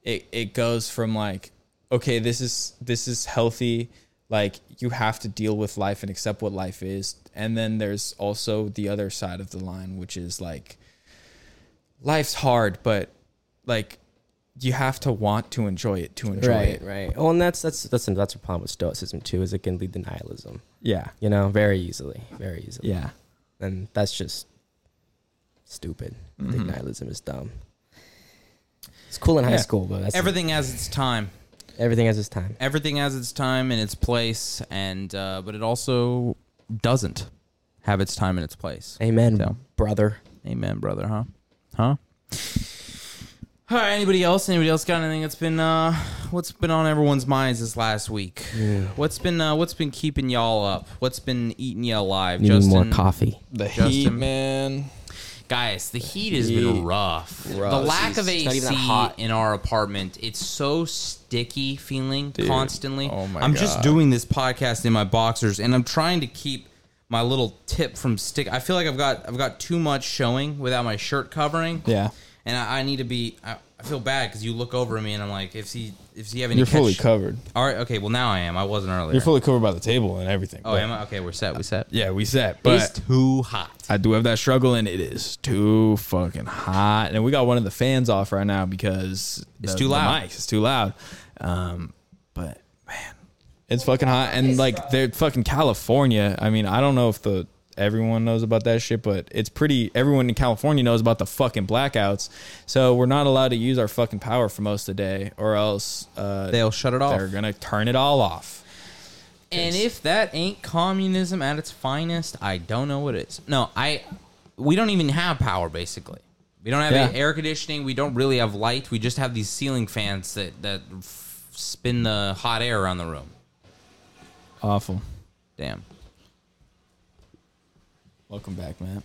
it it goes from like okay, this is this is healthy. Like you have to deal with life and accept what life is. And then there's also the other side of the line which is like life's hard, but like you have to want to enjoy it to enjoy Right. it. Right. Oh, and that's that's that's that's a problem with stoicism too. Is it can lead to nihilism. Yeah. You know, very easily. Very easily. Yeah. And that's just stupid. I Mm-hmm. think nihilism is dumb. It's cool in high Yeah. school, but that's Everything has its time. everything has its time. Everything has its time and its place, and uh, but it also doesn't have its time and its place. Amen, So. brother. Amen, brother. Huh? Huh? All right. Anybody else? Anybody else got anything that's been uh, what's been on everyone's minds this last week? What's been uh, what's been keeping y'all up? What's been eating you alive? You need more coffee. The heat, heat, man. guys, the heat has been rough. Rough. The lack of It's not even that AC hot. in our apartment, it's so sticky feeling constantly. Oh my I'm just God. doing this podcast in my boxers and I'm trying to keep my little tip from stick. I feel like I've got I've got too much showing without my shirt covering. Yeah. And I, I need to be I, I feel bad cuz you look over at me and I'm like if he if he have any You're fully catch- covered. All right, okay, well now I am. I wasn't earlier. You're fully covered by the table and everything. oh, am I? Okay, we're set. We set. Yeah, we set. It's But too hot. I do have that struggle, and it is too fucking hot. And we got one of the fans off right now because It's the- too the loud. mics, it's too loud. Um, but man, it's fucking hot. And like they're fucking California. I mean, I don't know if the everyone knows about that shit, but it's pretty. Everyone in California knows about the fucking blackouts. So we're not allowed to use our fucking power for most of the day, or else uh, They'll shut it off. they're gonna turn it all off. And if that ain't communism at its finest, I don't know what is. No, I we don't even have power basically. We don't have Yeah. any air conditioning, we don't really have light. We just have these ceiling fans that that f- spin the hot air around the room. Awful. Damn. Welcome back, Matt.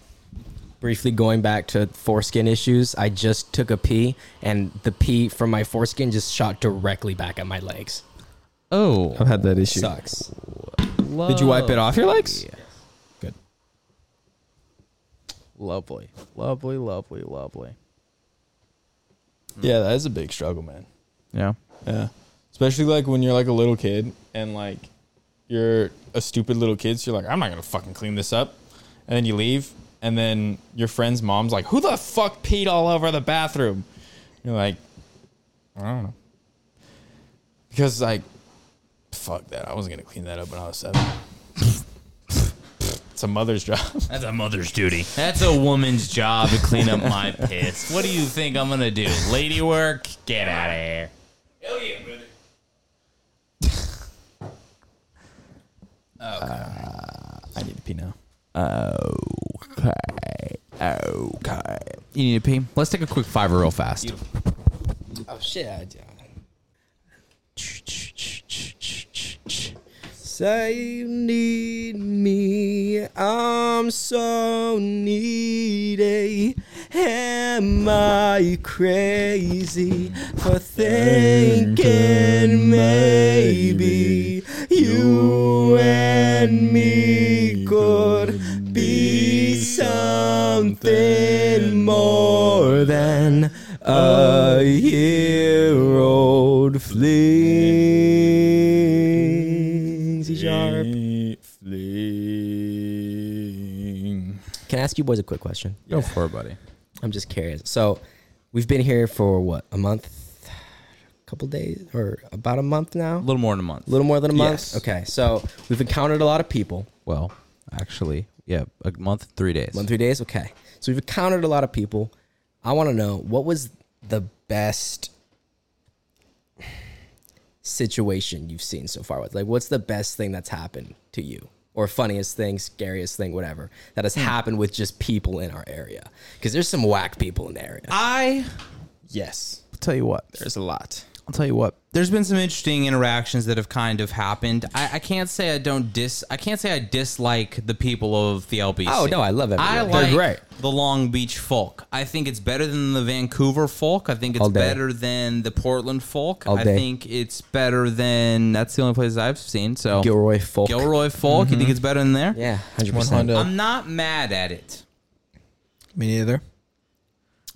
Briefly going back to foreskin issues, I just took a pee, and the pee from my foreskin just shot directly back at my legs. Oh. I've had that issue. Sucks. Did you wipe it off your legs? Yeah. Good. Lovely. Lovely, lovely, lovely. Yeah, that is a big struggle, man. Yeah. Yeah. Especially like when you're like a little kid and like you're a stupid little kid, so you're like, I'm not gonna fucking clean this up. And then you leave, and then your friend's mom's like, Who the fuck peed all over the bathroom? You're like, I don't know. Because like fuck that. I wasn't gonna clean that up when I was seven. it's a mother's job. That's a mother's duty. That's a woman's job to clean up my piss. What do you think I'm gonna do? Lady work? Get out of here. Uh, I need to pee now. Okay. You need to pee? Let's take a quick fiver real fast. Oh shit! I do. Say you need me, I'm so needy. Am I crazy for thinking maybe you and me could be something more than a year old fling? C sharp. Fling. Can I ask you boys a quick question? Go for it, buddy. I'm just curious. So, we've been here for what a month, a couple days, or about a month now. A little more than a month. A little more than a month. Yes. Okay, so we've encountered a lot of people. Well, actually, yeah, a month, three days. One three days. Okay, so we've encountered a lot of people. I want to know what was the best situation you've seen so far with like what's the best thing that's happened to you or funniest thing scariest thing whatever that has happened with just people in our area because there's some whack people in the area I Yes. I'll tell you what. There's a lot. I'll tell you what. there's been some interesting interactions that have kind of happened. I, I can't say I don't dis. I can't say I dislike the people of the LBC. Oh, no, I love everyone. I They're like great. the Long Beach folk. I think it's better than the Vancouver folk. I think it's All day. better than the Portland folk. All I day. think it's better than that's the only place I've seen. So Gilroy folk Gilroy folk. You think it's better than there? yeah 100% Hondo. I'm not mad at it. Me neither.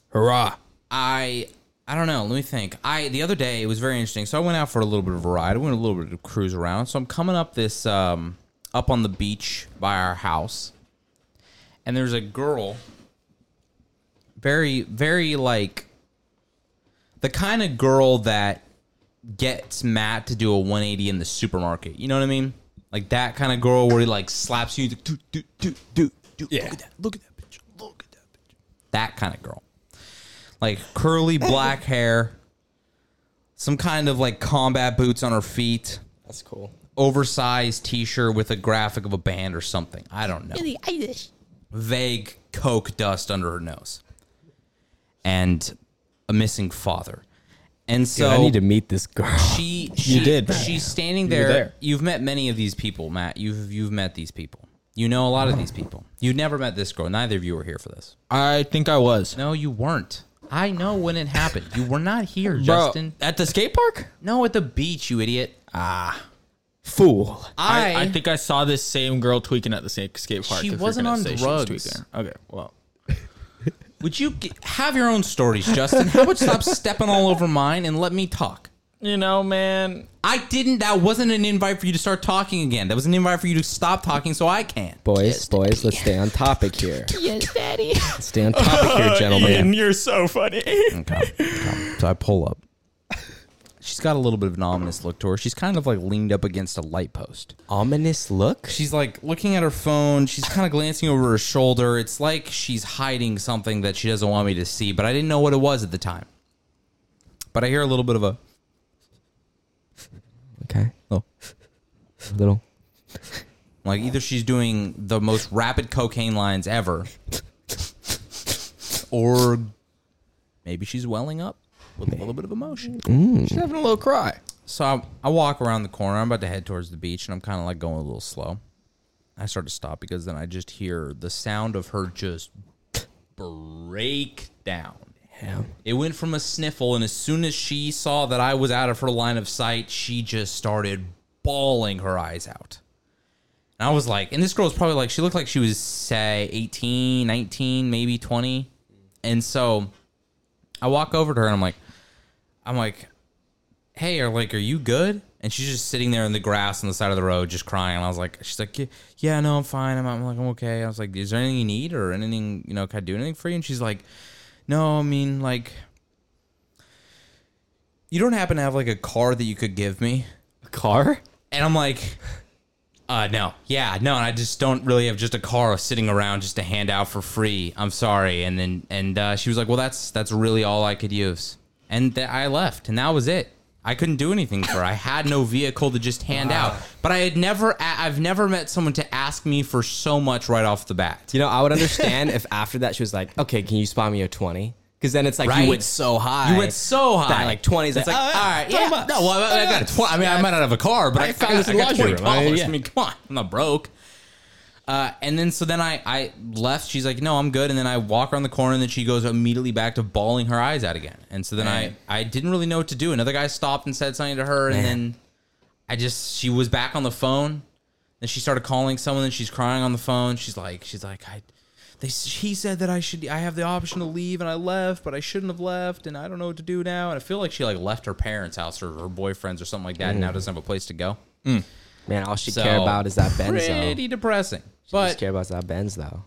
Hurrah. I I don't know. Let me think. I the other day it was very interesting. So I went out for a little bit of a ride. I went a little bit of cruise around. So I'm coming up this um up on the beach by our house, and there's a girl. Very very like the kind of girl that gets Matt to do a 180 in the supermarket. You know what I mean? Like that kind of girl where he like slaps you. Like, "Dude, dude, dude, dude, dude, Yeah. Look at that. Look at that bitch. Look at that bitch. That kind of girl. Like curly black hair. Some kind of like combat boots on her feet. that's cool Oversized t-shirt with a graphic of a band or something. I don't know vague coke dust under her nose and a missing father. And so Dude, i need to meet this girl she, she did, Matt. She's standing were there. there. You've met many of these people, Matt. You've you've met these people. You know a lot Oh. of these people. You never met this girl. Neither of you were here for this. I think I was. No, you weren't. I know when it happened. You were not here, Bro, Justin. at the skate park? No, at the beach, you idiot. Ah. fool I, I think I saw this same girl tweaking at the skate skate park. She if you're wasn't gonna on say she drugs. was tweaking. Okay, well, would you g- have your own stories, Justin? How about stop stepping all over mine and let me talk? you know, man, I didn't. That wasn't an invite for you to start talking again. That was an invite for you to stop talking so I can. boys boys let's stay on topic here Yes, Daddy. Let's stay on topic here gentlemen you're so funny. So I pull up. She's got a little bit of an ominous look to her. She's kind of like leaned up against a light post. ominous look She's like looking at her phone. She's kind of glancing over her shoulder. It's like she's hiding something that she doesn't want me to see, but I didn't know what it was at the time. But I hear a little bit of a okay oh. little Like either she's doing the most rapid cocaine lines ever, or maybe she's welling up with a little bit of emotion. She's having a little cry. So I, I walk around the corner. I'm about to head towards the beach, and I'm kind of like going a little slow. I start to stop because then I just hear the sound of her just break down. It went from a sniffle, and as soon as she saw that I was out of her line of sight, she just started bawling her eyes out. And I was like, and this girl was probably like, she looked like she was, say, 18, 19, maybe 20. And so I walk over to her and I'm like, I'm like, hey, or like, are you good? And she's just sitting there in the grass on the side of the road, just crying. And I was like, she's like, yeah, yeah no, I'm fine. I'm, I'm like, I'm okay. I was like, is there anything you need or anything, you know, can I do anything for you? And she's like, no, I mean, like, you don't happen to have like a car that you could give me? car And I'm like, uh, no, yeah, no, and I just don't really have just a car sitting around just to hand out for free. I'm sorry. And then, and uh, she was like, well, that's that's really all I could use. And th- I left, and that was it. I couldn't do anything for her. I had no vehicle to just hand out. But I had never, a- I've never met someone to ask me for so much right off the bat. You know, I would understand if after that she was like, "Okay, can you spot me a 20? Because then it's like Right. you went so high, You went so high. that like twenties. It's like, oh, all right, yeah, No, well, I, I got a twenty. I mean, I might not have a car, but I, found got- this I got laundry twenty room. I- dollars. I, yeah. mean, come on, I'm not broke. Uh, and then so then I I left. She's like, no, I'm good. And then I walk around the corner, and then she goes immediately back to bawling her eyes out again. And so then I I didn't really know what to do. Another guy stopped and said something to her, and then I just she was back on the phone. Then she started calling someone, and she's crying on the phone. She's like, she's like, I. They, he said that I should. I have the option to leave, and I left, but I shouldn't have left, and I don't know what to do now. And I feel like she like left her parents' house or her boyfriend's or something like that, and Mm-hmm. now doesn't have a place to go. man, all she So, care about is that Benzo. Pretty depressing, she just but care about that Benz though.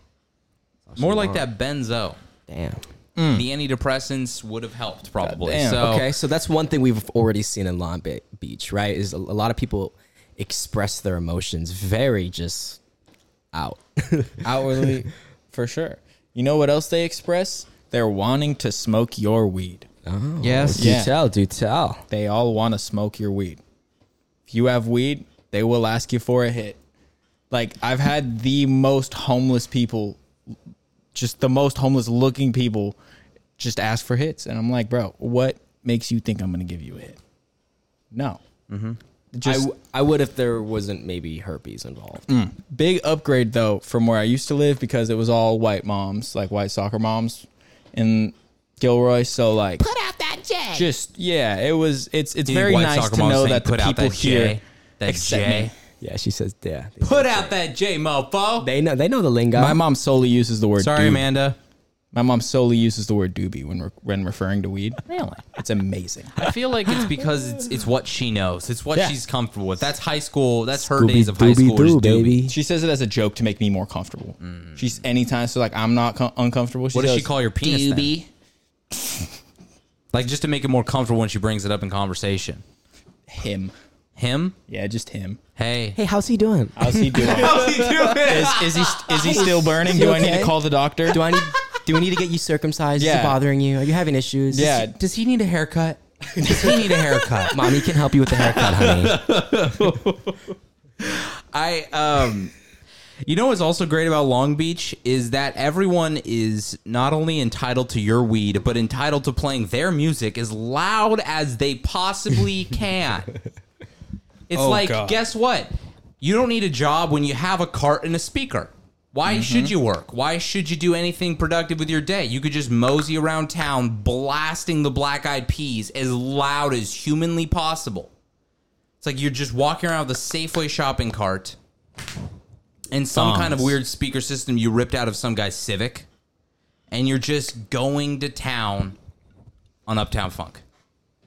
more like that Benzo. Damn. The antidepressants would have helped probably. damn. So Hmm. Okay, so that's one thing we've already seen in Long Be- Beach, right? Is a, a lot of people express their emotions very just out. Outwardly, for sure. You know what else they express? They're wanting to smoke your weed. Oh, Yes. Do Yeah. tell. Do tell. They all want to smoke your weed. If you have weed, they will ask you for a hit. Like I've had the most homeless people, just the most homeless looking people, just ask for hits, and I'm like, bro, what makes you think I'm gonna give you a hit? No. Mm-hmm. I w- I would if there wasn't maybe herpes involved. Big upgrade though from where I used to live because it was all white moms, like white soccer moms in Gilroy. So like put out that J. Just yeah, it was it's it's You think very white nice soccer to moms know think, that the "Put out people that here J, that accept J." me. Yeah, she says, yeah. Put out that J, mofo. They know. They know the lingo. My mom solely uses the word Sorry, doobie. Amanda. My mom solely uses the word doobie when re- when referring to weed. Really? It's amazing. I feel like it's because it's it's what she knows. It's what Yeah. she's comfortable with. That's high school. That's her Scooby days of high dooby school. doo, is doobie. baby. She says it as a joke to make me more comfortable. She's anytime so like I'm not com- uncomfortable. She Mm. What does she goes, call your penis? Doobie. like just to make it more comfortable when she brings it up in conversation. him? Him? Yeah, just him. Hey. Hey, how's he doing? How's he doing? is, is he is he still burning? Do I need okay? to call the doctor? Do I need? Do we need to get you circumcised? Is Yeah. it bothering you? Are you having issues? Yeah. Does he need a haircut? Does he need a haircut? Mommy can help you with the haircut, honey. I um you know what's also great about Long Beach is that everyone is not only entitled to your weed, but entitled to playing their music as loud as they possibly can. It's Oh, like, God. guess what? You don't need a job when you have a cart and a speaker. Mm-hmm. Why should you work? Why should you do anything productive with your day? You could just mosey around town blasting the black eyed peas as loud as humanly possible. It's like you're just walking around with a Safeway shopping cart and some kind of Thongs. weird speaker system you ripped out of some guy's Civic, and you're just going to town on Uptown Funk.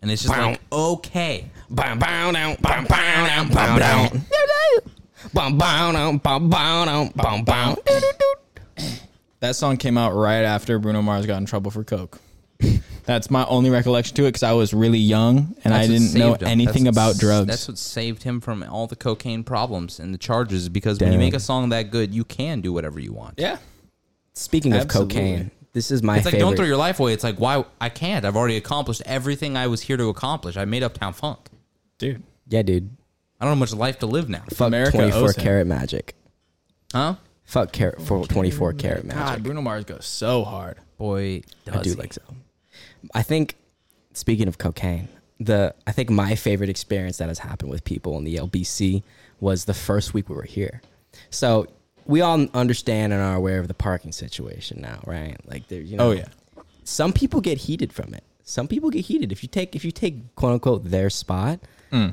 And it's just like, okay. Bum, bow, down, bum, bow, down, bum, down. Bum, bow, down, bum, bow, down, bum, bow. That song came out right after Bruno Mars got in trouble for coke. That's my only recollection to it because I was really young and I That's what didn't know saved him. anything That's what about s- drugs. That's what saved him from all the cocaine problems and the charges because when you Damn. make a song that good, you can do whatever you want. yeah. Speaking of Absolutely. cocaine, this is my It's like favorite. don't throw your life away. It's like why I can't. I've already accomplished everything I was here to accomplish. I made Uptown Funk. Dude. yeah, dude. I don't have much life to live now. Fuck America twenty-four owes him. karat magic. Huh? Fuck car- for twenty-four karat magic. God, Bruno Mars goes so hard. Boy, I do like so. I think speaking of cocaine, the I think my favorite experience that has happened with people in the LBC was the first week we were here. So we all understand and are aware of the parking situation now, right? Like there, you know, Oh yeah. some people get heated from it. Some people get heated if you take if you take quote unquote their spot.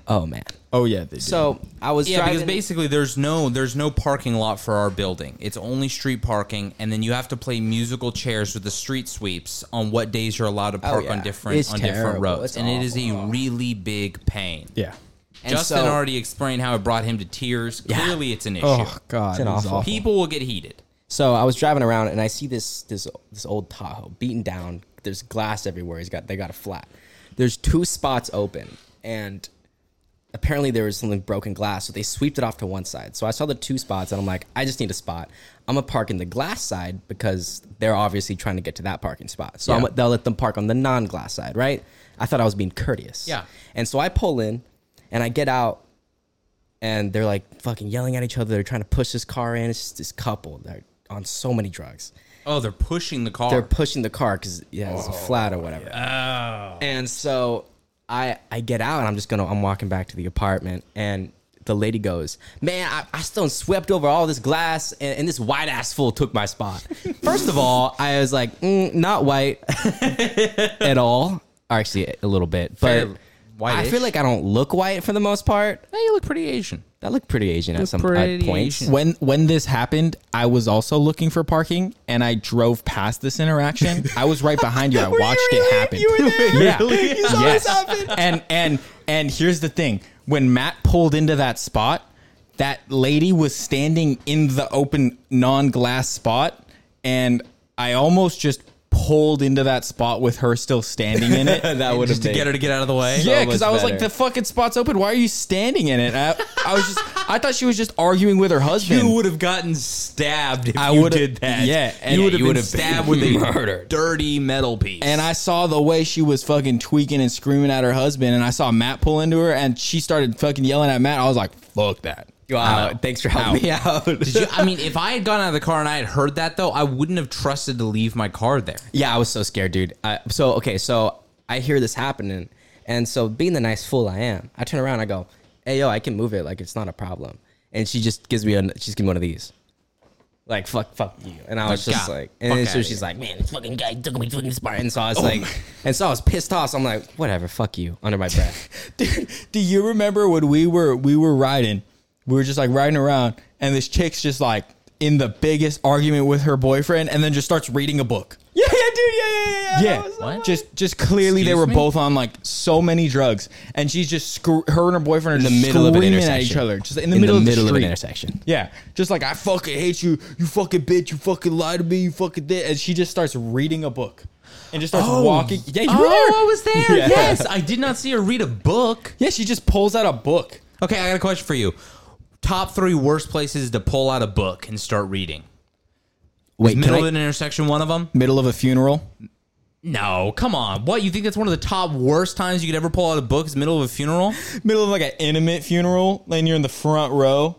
Oh man. Oh yeah. They do. So I was Yeah, because driving- basically there's no there's no parking lot for our building. It's only street parking, and then you have to play musical chairs with the street sweeps on what days you're allowed to park on Oh, yeah. different It's on different terrible. roads, It's and it is a really big pain. yeah. And Justin so- already explained how it brought him to tears. Clearly, it's an issue. Oh god. It's an it was awful- awful. People will get heated. So I was driving around and I see this this this old Tahoe beaten down. There's glass everywhere. He's got they got a flat. There's two spots open and apparently there was something broken glass, so they sweeped it off to one side. So I saw the two spots and I'm like, I just need a spot. I'm gonna park in the glass side because they're obviously trying to get to that parking spot. So I'm, they'll let them park on the non-glass side, right? I thought I was being courteous. Yeah. And so I pull in and I get out and they're like fucking yelling at each other. They're trying to push this car in. It's just this couple. They're on so many drugs. Oh, they're pushing the car. They're pushing the car because yeah, Oh, it's a flat or whatever. And so I I get out and I'm just gonna I'm walking back to the apartment and the lady goes, Man, I, I still swept over all this glass and, and this white ass fool took my spot. First of all, I was like, mm, not white at all. Or actually a little bit. But Fair. I Whitish. feel like I don't look white for the most part. Hey, you look pretty Asian. I look pretty Asian at some pretty uh, points. Asian. when when this happened, I was also looking for parking, and I drove past this interaction. I was right behind you. I watched it happen. You were there. Yeah. You saw yes. And and and here's the thing: when Matt pulled into that spot, that lady was standing in the open non-glass spot, and I almost just pulled into that spot with her still standing in it. that would have just to been get her to get out of the way. yeah, because much I was like, better. the fucking spot's open. Why are you standing in it? I, I was just, I thought she was just arguing with her husband. You would have gotten stabbed if I you would've- did that. yeah, and- you would have You been would've been stabbed with a dirty metal piece. And I saw the way she was fucking tweaking and screaming at her husband, and I saw Matt pull into her, and she started fucking yelling at Matt. I was like, "Fuck that!" Wow, thanks for helping me out. Did you, I mean, if I had gone out of the car and I had heard that though, I wouldn't have trusted to leave my car there. Yeah, I was so scared, dude. I, so okay, so I hear this happening, and so being the nice fool I am, I turn around, I go, "Hey, yo, I can move it. Like it's not a problem." And she just gives me a, she's giving me one of these, like "fuck, fuck you." And I was Like, just God, like, and fuck then so outta she's here. like, "Man, this fucking guy took me fucking smart." And so I was like, Oh and so I was pissed off. So I'm like, "Whatever, fuck you," under my breath. Dude, do you remember when we were we were riding? We were just like riding around, and this chick's just like in the biggest argument with her boyfriend, and then just starts reading a book. yeah, yeah, dude, yeah, yeah, yeah. Yeah, just just clearly they Excuse were me? both on like so many drugs, and she's just scr- her and her boyfriend are in the middle of an screaming at intersection. each other, just in the In middle the of middle the of an street. intersection. Yeah, just like I fucking hate you, you fucking bitch, you fucking lie to me, you fucking did, and she just starts reading a book and just starts walking. Yeah, you oh, were there. I was there. Yeah. Yes, I did not see her read a book. Yeah, she just pulls out a book. Okay, I got a question for you. Top three worst places to pull out a book and start reading. Wait, Middle can of I, an intersection, one of them. Middle of a funeral. No, come on. What you think that's one of the top worst times you could ever pull out a book is middle of a funeral? Middle of like an intimate funeral, and you're in the front row,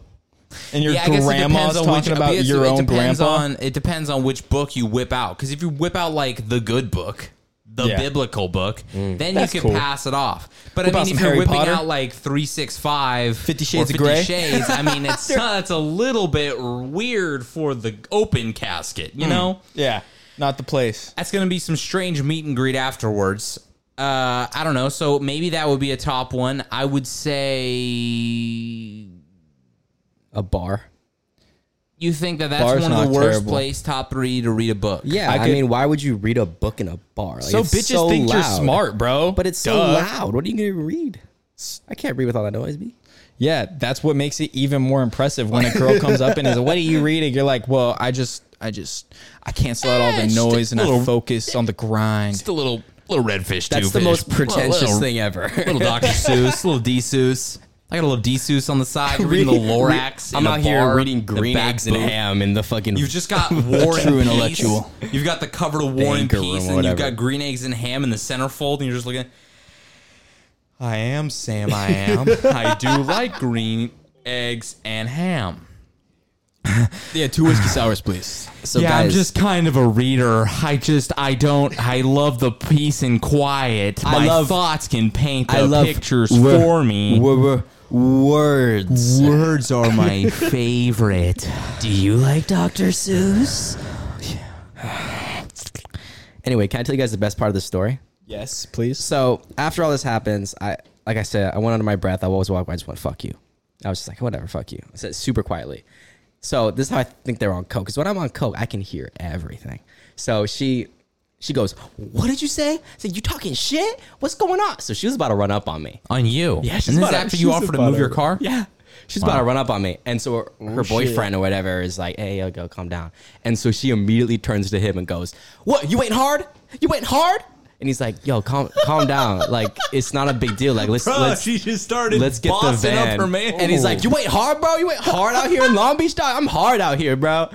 and your I guess it grandma's depends on talking which- about it's- your it own depends grandpa. On, it depends on which book you whip out. Because if you whip out like the good book, the Yeah. Mm. biblical book, then That's you can cool. pass it off. But Whip out I mean, some if you're Harry whipping Potter. out like three six five, Fifty or Shades of Grey. Shades, I mean, it's that's a little bit weird for the open casket. Hmm. You know, yeah, not the place. that's gonna be some strange meet and greet afterwards. Uh, I don't know. So maybe that would be a top one. I would say a bar. You think that that's Bar's one of not the worst terrible. place top three to read a book? Yeah, I I, could- mean, why would you read a book in a bar? Like, So it's bitches think you're loud. smart, bro. But it's so Duh. loud. What are you gonna read? I can't read with all that noise, B. Yeah, that's what makes it even more impressive when a girl comes up and is, "What are you reading?" You're like, "Well, I just, I just, I cancel out all Eh, the just a noise and I little- focus on the grind." Just a little little redfish. That's the most pretentious little, thing ever. Little Dr. Seuss, little D Seuss. I got a little D Seuss on the side reading the Lorax. I'm in a out here bar, reading the green back eggs and booth. ham in the fucking. You've just got War True and Peace. intellectual. You've got the cover to War and Banker room, Peace, and you've whatever. got green eggs and ham in the centerfold, and you're just looking. I am Sam. I am. I do like green eggs and ham. Yeah, two whiskey sours, please. so yeah, guys, I'm just kind of a reader. I just I don't I love the peace and quiet. My love- thoughts can paint the I love pictures wor- for me. wor- wor- words. Words are my favorite. Do you like Dr. Seuss? anyway, can I tell you guys the best part of the story? Yes, please. So after all this happens, I like I said, I went under my breath. I always walk. I just went fuck you. I was just like whatever, fuck you. I said it super quietly. So this is how I think they're on coke. Because when I'm on coke, I can hear everything. So she she goes, "What did you say?" I said, "You talking shit? What's going on?" So she was about to run up on me. On you. Yeah, she's and this is about to- after you she's offer to about move your to- car? Yeah. She's about to run up on me. And so her, her boyfriend or whatever is like, hey, yo, go, calm down. And so she immediately turns to him and goes, what? You ain't hard? You ain't hard? And he's like, yo, calm, calm down. Like, it's not a big deal. Like, let's, let's, Ah, just started let's get the van. And he's like, you ain't hard, bro? You ain't hard out here in Long Beach, dog? I'm hard out here, bro.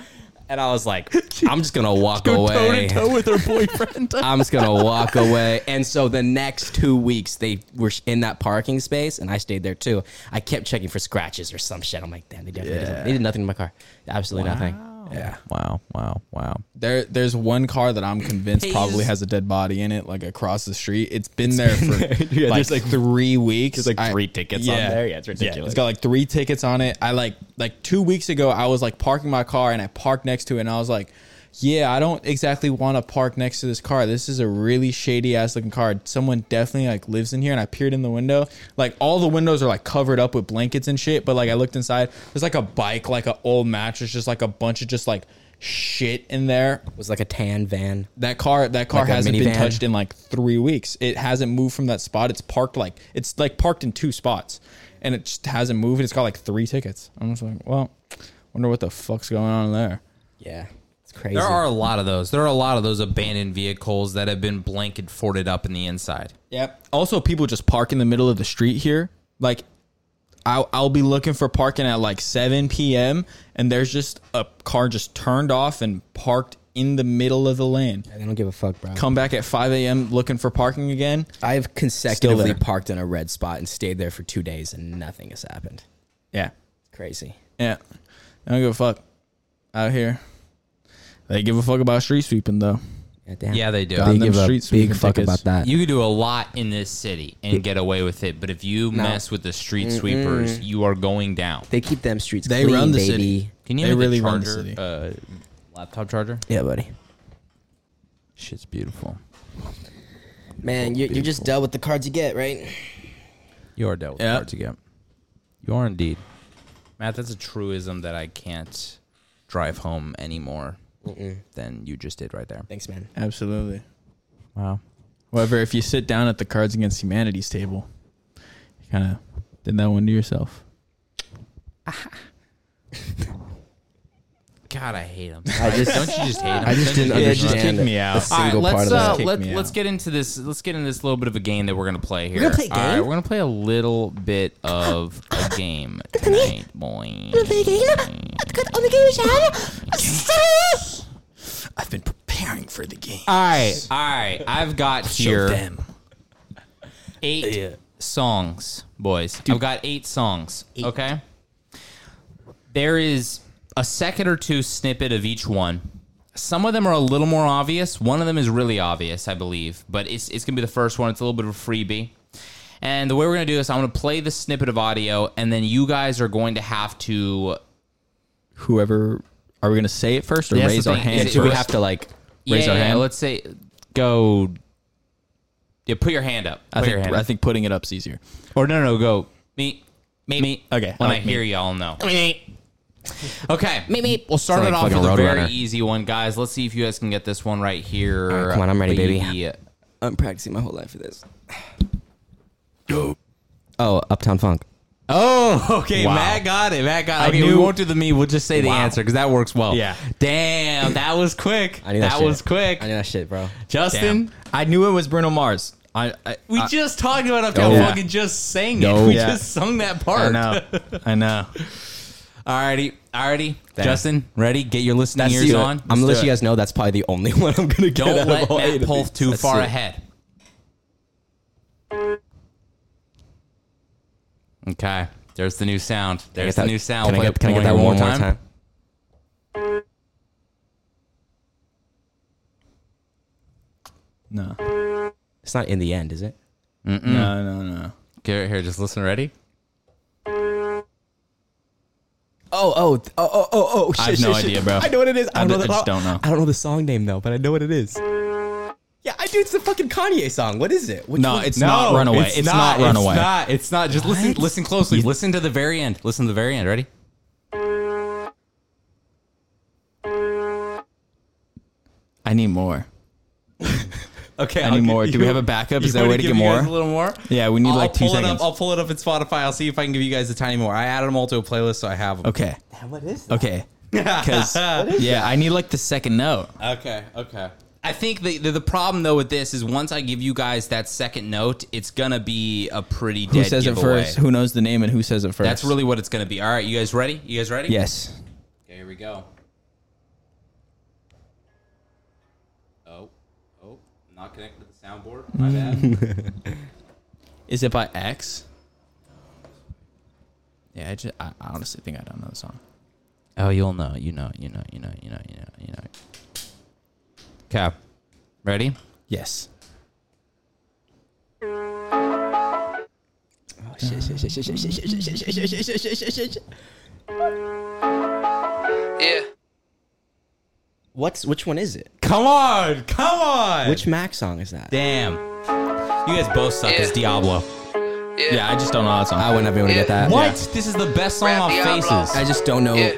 And I was like, I'm just going to walk away. with her boyfriend. I'm just gonna walk away. And so the next two weeks, they were in that parking space, and I stayed there too. I kept checking for scratches or some shit. I'm like, damn, they, definitely did, they did nothing to my car. Absolutely nothing. yeah, Wow, wow, wow. there, there's one car that I'm convinced Hey, probably is- has a dead body in it, like across the street. It's been there for like, there's, like, three weeks. There's like, three tickets on there. Yeah, it's ridiculous. it's got like three tickets on it. I like like two weeks ago, I was like parking my car and I parked next to it, and I was like, yeah, I don't exactly want to park next to this car. This is a really shady ass looking car. Someone definitely like lives in here. And I peered in the window. Like all the windows are like covered up with blankets and shit. But like I looked inside, there's like a bike, like an old mattress, just like a bunch of just like shit in there It was like a tan van. that car that car Like a hasn't been minivan? touched in like three weeks. It hasn't moved from that spot. It's parked like it's like parked in two spots, and it just hasn't moved. It's got like three tickets. I'm just like, well, wonder what the fuck's going on there. Yeah. It's crazy. There are a lot of those. There are a lot of those abandoned vehicles that have been blanket forted up in the inside. Yep. Also, people just park in the middle of the street here. Like, I'll, I'll be looking for parking at like 7 p.m. and there's just a car just turned off and parked in the middle of the lane. They don't give a fuck, bro. Come back at 5 a.m. looking for parking again. I've consecutively there. parked in a red spot and stayed there for two days and nothing has happened. Yeah. Crazy. Yeah. I don't give a fuck out here. They give a fuck about street sweeping though. Yeah, damn. Yeah, they do. God. they them give a streets big with fuck tickets. about that. You could do a lot in this city and get away with it, but if you mess with the street sweepers, you are going down. they keep them streets They clean, run the baby. city. Can you They make really a run the charger, city. Uh, laptop charger? Yeah, buddy. Shit's beautiful. Man, you, you're just dealt with the cards you get, right? You are dealt with Yeah. hard to get. You are indeed. Matt, that's a truism that I can't drive home anymore than you just did right there. Thanks, man. Absolutely. Wow. However, if you sit down at the Cards Against Humanity's table, you kind of did that one to yourself. God, I hate him. I just, Don't you just hate him? I just didn't Yeah, just understand kick me a out. All right, single part let's of that. uh, Kick let, me let's out. get into this. Let's get into this little bit of a game that we're gonna play here. gonna play a All right, game? we're gonna play a little bit of a game tonight, boy. I've been preparing for the game. All right, all right. I've got Uh, here eight songs, boys. I've got eight songs. Okay. There is a second or two snippet of each one. Some of them are a little more obvious. One of them is really obvious, I believe, but it's it's gonna be the first one. It's a little bit of a freebie. And the way we're gonna do this, I'm gonna play the snippet of audio, and then you guys are going to have to Whoever are we gonna say it first or That's the raise our thing, hand? is it- first? we have to, like yeah, yeah, Let's say go. Yeah, put your hand up. I Put your think hand I up. think putting it up's easier. Or no, no, go me, me, me. Okay, When I I, like hear y'all, know. Okay, me, me. We'll start Sound it like off fucking with a Road very Runner. easy one, guys. Let's see if you guys can get this one right here. All right, come on, I'm ready, baby. Please. I'm practicing my whole life for this. Oh, Uptown Funk. Oh, okay. Wow. Matt got it. Matt got it. I Okay, we knew- won't do the me. We'll just say the Wow. answer because that works well. Yeah. Damn, that was quick. I knew that that shit. was quick. I know that shit, bro. Justin, Damn. I knew it was Bruno Mars. I, I we I, just talked about Oh, Uptown No. Funk and just sang No. it. We Yeah. just sung that part. I know. I know. Alrighty, alrighty. Justin, ready? Get your listening That's ears the- on. I'm gonna do let you it. guys know that's probably the only one I'm gonna get. out Don't of let all eight Matt of pull these. too Let's far see. ahead. Okay. There's the new sound. Can I There's get the that- new sound. Can I Play get, it- can I play get it that one more time? No. It's not in the end, is it? No. No. No. Here, here, just listen. Ready? Oh, oh, th- oh, oh, oh, oh! Shit, have no shit, shit. idea, bro. I know what it is. I, I don't, know d- the, I just don't know. I don't know the song name though, but I know what it is. Yeah, I do. It's the fucking Kanye song. What is it? Which No, one- it's not Runaway. It's, not, Runaway. It's not. It's not. Just listen. What? Listen closely. listen to the very end. Listen to the very end. Ready? I need more. Okay. I need more. Do we have a backup? Is there a way to get A more? little more. Yeah, we need I'll, like two pull It seconds. up. I'll pull it up in Spotify. I'll see if I can give you guys a tiny more. I added them all to a playlist, so I have them. Okay. What is that? Okay. Because yeah, I need like the second note. Okay, okay. I think the, the the problem though with this is once I give you guys that second note, it's gonna be a pretty dead Who says it giveaway. first? Who knows the name and who says it first? That's really what it's gonna be. All right, you guys ready? You guys ready? yes. Okay, here we go. Oh, oh, I'm not connected to the soundboard. My bad. Is it by X? Yeah, I just I I honestly think I don't know the song. oh, you'll know. You know. You know. You know. You know. You know. You know. Okay, ready? Yes. Oh, shit, shit, shit, shit, shit, shit, shit, shit, shit, shit, shit, shit, shit, shit, shit, shit. Yeah. What's which one is it? Come on! Come on! Which Mac song is that? Damn. You guys both suck. It's Diablo. Yeah. Yeah, I just don't know that I song. wouldn't have been able to get that. What? This is the best song Rap off Diablo. Faces. I just don't know. Yeah.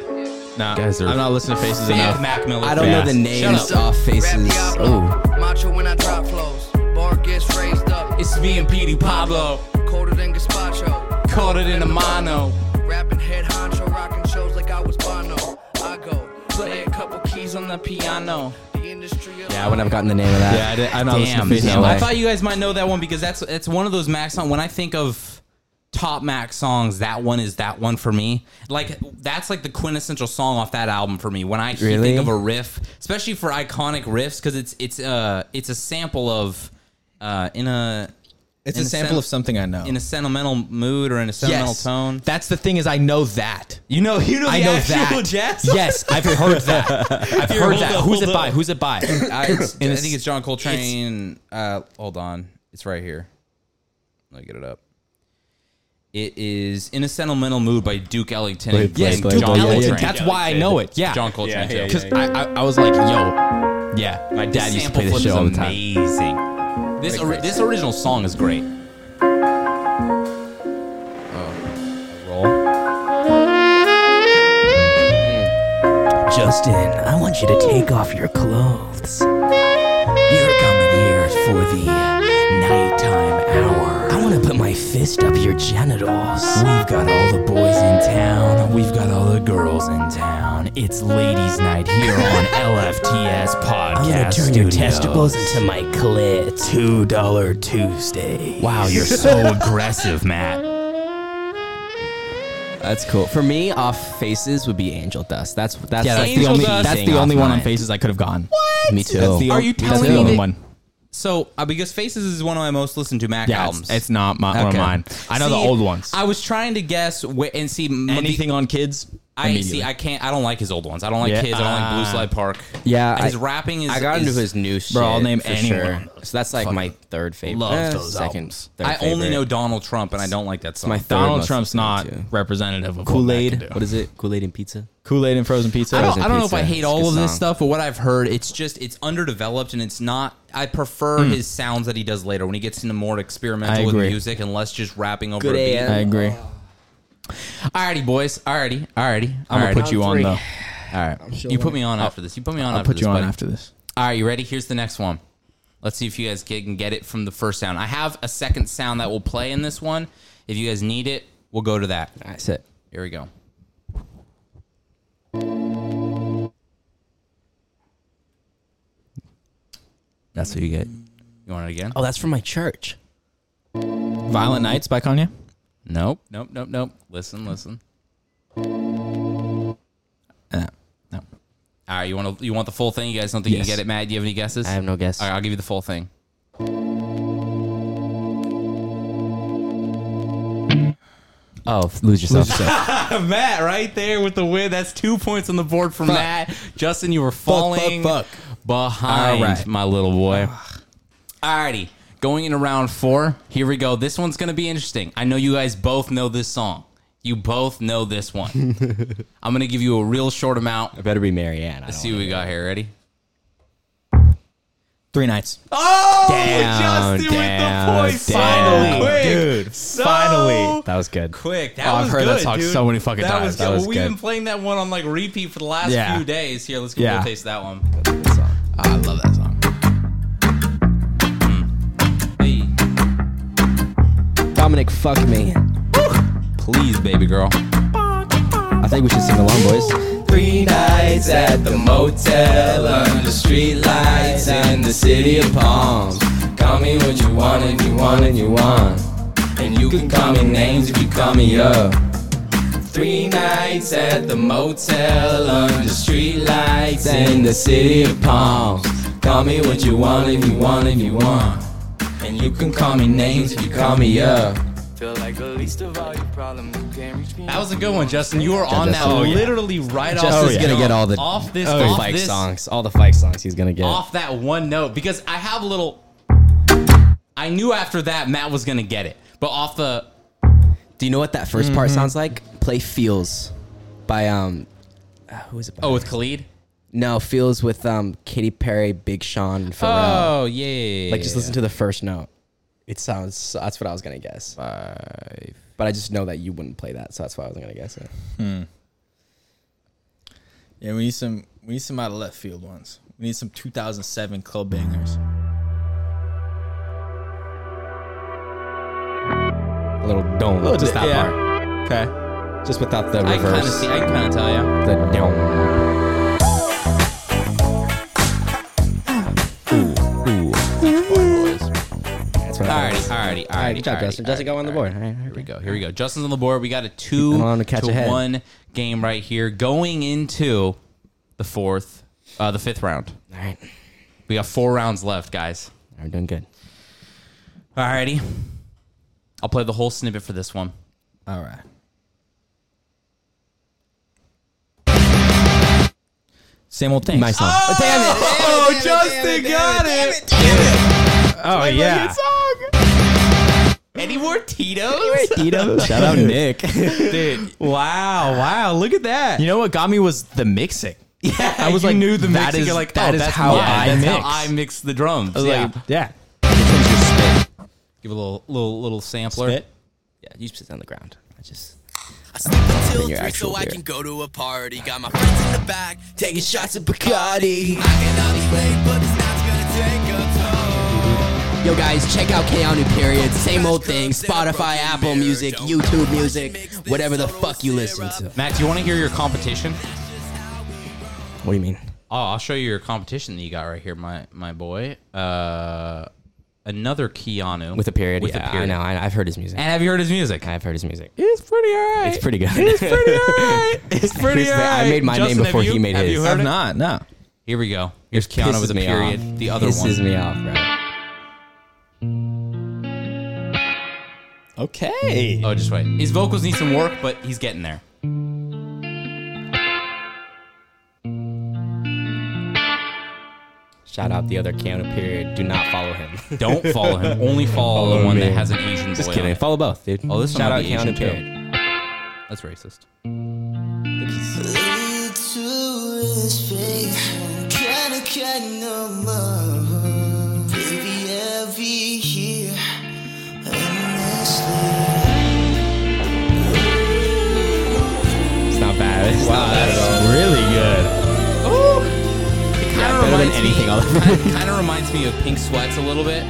Nah, guys are- I'm not listening to Faces Fuck enough. Mac Miller. I don't know the names Shut up. off Rap faces. Diablo. Oh, Macho when I drop flows. Bar gets raised up. It's me and Petey Pablo. colder than gazpacho. Caught it in a mono. Rapping head honcho, rocking shows like I was Bono. I go play a couple keys on the Oh, the piano. The industry of Yeah, I wouldn't have gotten the name of that. Yeah, I, did, I know this Damn, is no I way. thought you guys might know that one because that's it's one of those Mac songs. When I think of top Mac songs, that one is that one for me. Like that's like the quintessential song off that album for me. When I he- Really? think of a riff, especially for iconic riffs, because it's it's uh it's a sample of uh in a It's In a a sample sen- of something I know. in a sentimental mood or in a sentimental yes. tone. That's the thing is I know that. you know, you know, I the know actual that. jazz. Yes, I've heard that. I've heard hold that. up, Who's it hold by? up. Who's it by? I, it's- In a I s- think it's John Coltrane. uh, hold on, it's right here. Let me get it up. It is in a sentimental mood by Duke Ellington. Blade, yes, Blade, Blade, Duke Blade, Ellington. Blade. That's why I know it. Yeah, John Coltrane. Yeah, yeah, joke. Because I, I, I was like, yo, yeah, My The dad used to sample play flip this shit is all the time. Amazing. This ori- this original song is great. Roll. Justin, I want you to take off your clothes. You're coming here for the nighttime hour. I want to put my fist up your genitals. We've got all the boys in town. We've got all the girls in town. It's ladies' night here on LFTS Podcast. I'm gonna turn your testicles into my clit. Two dollar Tuesday. Wow, you're so aggressive, Matt. That's cool. For me, off faces would be angel dust. That's that's yeah. That's the Angel only. Dust. That's the only one on Faces I could have gone. What? Me too. That's the, Are on- you that's telling the me only that- one? So, uh, because Faces is one of my most listened to Mac Yeah, albums. it's, it's not my, one of Okay. mine. I know the See, old ones. I was trying to guess wh- and see m- Anything on kids? I Immediately. see. I can't. I don't like his old ones. I don't like Yeah. kids. I don't like Blue Ah. Slide Park. Yeah, And his I- rapping is. I got is- into his new shit. Bro, I'll name for anyone. sure. So that's like my third favorite. Love eh, those second, albums. third I only favorite. know Donald Trump, and I don't like that song. my third Donald most Trump's not listened representative of to. Kool Aid. What What is is it? Kool Aid and pizza. Kool Aid and frozen pizza? I don't, Frozen I don't know if pizza. I hate It's a all good of this song. stuff, but what I've heard, it's just it's underdeveloped and it's not. I prefer his sounds that he does later when he gets into more Hmm. I experimental with agree. music and less just rapping over Good a beat. AM. I agree. Alrighty, boys. Alrighty, alrighty. I'm gonna put you on three. though. All right. You put me on after this. You put me on I'll after put this. you on buddy. after this. All right, you ready? Here's the next one. Let's see if you guys get- can get it from the first sound. I have a second sound that will play in this one. If you guys need it, we'll go to that. That's it. Here we go. That's what you get. You want it again? Oh, that's from my church. Violent Nights by Kanye. Nope, nope, nope, nope. Listen, listen. Uh, no. All right, you want to, you want the full thing? You guys don't think Yes. you can get it, Matt? Do you have any guesses? I have no guess. All right, I'll give you the full thing. Oh, lose yourself. Matt right there with the win. That's two points on the board for Matt. Justin, you were falling fuck. behind, All right. my little boy. Alrighty, going into round four. Here we go. This one's gonna be interesting. I know you guys both know this song. You both know this one. I'm gonna give you a real short amount. better be Marianne. I Let's see what we got here. Ready? Three nights. Oh, Down, Justin with the down, points. down. Finally, Finally. Oh. quick. Dude, finally. That was good. Quick, that Oh, I've was heard that good, song dude. so many fucking that times. Was That good. was We've good. been playing that one on like repeat for the last Yeah. few days. Here, let's go Yeah. we'll taste that one. Ah, I love that song. Hmm. Hey. Dominic, fuck me. Please, baby girl. I think we should sing along, boys. Three nights at the motel under street lights in the city of Palms. Call me when you want and you want and you want. And you can call me names if you call me up. Three nights at the motel under street lights in the city of Palms. Call me what you want if you want and you want. And you can call me names if you call me up. Feel like the least of all your problems. You can't reach me. That was a good one, Justin. You were on that Oh, Justin. literally right off. Justin's the gonna jump. get all the off this, the off Fike this, songs. All the Fike songs he's gonna get. off that one note because I have a little. I knew after that Matt was gonna get it, but off the Do you know what that 1st part sounds like? Play Feels by um uh, who is it by? oh with Khalid. No, Feels with um Katy Perry, Big Sean, and Pharrell. yeah, Oh. yeah, yeah, like just listen to the first note. It sounds that's what I was gonna guess. But I just know that you wouldn't play that, so that's why I wasn't gonna guess it. Yeah, we need some. We need some out of left field ones. We need some 2007 club bangers. A little dome. just that yeah. part. Oh, Okay. Just without the I kind of reverse. see. I kind of tell you. the dome. Alrighty, alrighty. All right, good job, Justin. Justin, go on the board. All right, Here we go. Here we go. Justin's on the board. We got a two Keeping on to catch ahead. one game right here going into the fourth, uh, the fifth round. All right, We got four rounds left, guys. I'm doing good. Alrighty. I'll play the whole snippet for this one. All right. Same old thing. Nice song. Oh, Justin got it. oh yeah, Any more Tito's? Tito. Shout out Nick. Dude. Wow, Oh, wow. Look at that. You know what got me was the mixing. yeah, I was like, knew the that mix. and is- you're like, that oh, is that's how mine. I that's mix. how I mix the drums. yeah. Like, yeah. Give a little, little, little sampler. Spit. yeah, you just sit on the ground. I just I sleep until your three actual so I beer. can go to a party. Got my friends in the back, taking shots of Bacardi. I cannot be late, but this night's gonna take a toll. Yo guys, check out Keanu Period. Same old thing. Spotify, Apple Music, YouTube Music, whatever the fuck you listen to. Max, you want to hear your competition? what do you mean? Oh, I'll show you your competition that you got right here, my my boy. Uh, another Keanu With a period. With yeah, a period. I know. I, I've heard his music. And have you heard his music? I've heard his music. It's pretty alright. It's pretty good. It's pretty alright. It's pretty It's- I alright. made my name Justin, have before you- he made have his. You heard I'm it? not. No. Here we go. Here's Keanu with a Pisses me period. off. The other one. pisses me off, bro. Okay. Oh, just wait. His vocals need some work, but he's getting there. Shout out the other Keanu period. Do not follow him. Don't follow him. Only follow, the one that has an Asian Just boy. on kidding. it. Follow both, dude. Oh, this one Shout might out be Keanu Asian, too. period. That's racist. Lead to his faith, kinda, kinda love. Baby, every year, endlessly. It's not bad. It's not bad. Really good. Kind of better than reminds anything I'll ever- me. Kind of reminds me of Pink Sweats a little bit.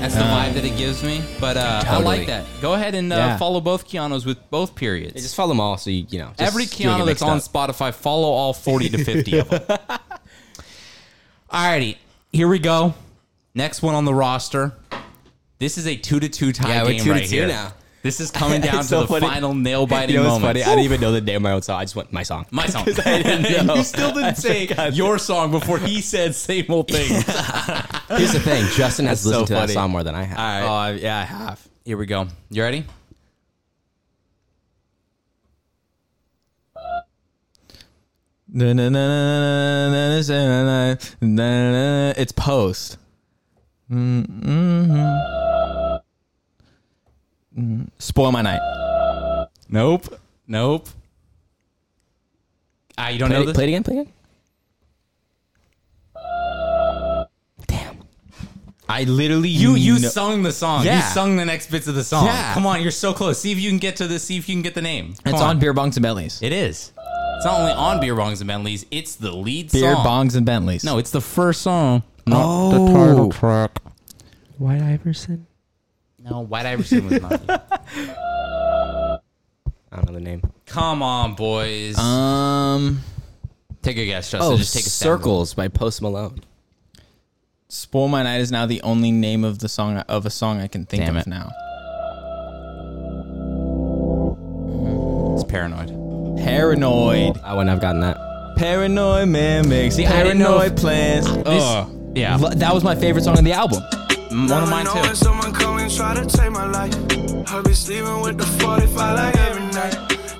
That's the vibe that it gives me. But uh, I like Uh, Totally. that. Go ahead and uh, Yeah. follow both Keanu's with both periods. Just follow them all, so you you know. just Every you don't get Keanu that's mixed on up. Spotify, follow all 40 to 50 of them. Alrighty, here we go. Next one on the roster. This is a two to two tie Yeah, we're game two to right two here. now. This is coming It's down to so the funny. final nail biting You know, it's moment. funny. I didn't even know the name of my own song. I just went my song. My song. know. you still didn't say your song before he said same old thing. Here's the thing. Justin has listened to that funny. song more than I have. All Oh, I- right, yeah, I have. here we go. You ready? It's post. Mm-hmm. Spoil my night. Nope. Nope. Ah, you don't Play, know it, this? play it again. Play it again. I literally You you kno- sung the song. You Yeah. sung the next bits of the song. Yeah. Come on, you're so close. See if you can get to the see if you can get the name. Come It's on beer bongs and Bentleys. It is. It's not only on Beer Bongs and Bentleys, it's the lead Beer song. bongs Oh. and Bentleys. No, it's the first song. Not the title track. White Iverson. No, White Iverson was not. it. I don't know the name. Come on, boys. Um, take a guess, oh, Justin. just take a stab. Oh, Circles by Post Malone. spoil my night is now the only name of the song of a song I can think Damn of it. now. It's paranoid. Paranoid. I wouldn't have gotten that. Paranoid man makes See, I didn't know paranoid plans. Ugh. Yeah. Lo- that was my favorite song on the album. One of mine Knowing too. someone come and try to take my life. I've been sleeping with the 45 like every night.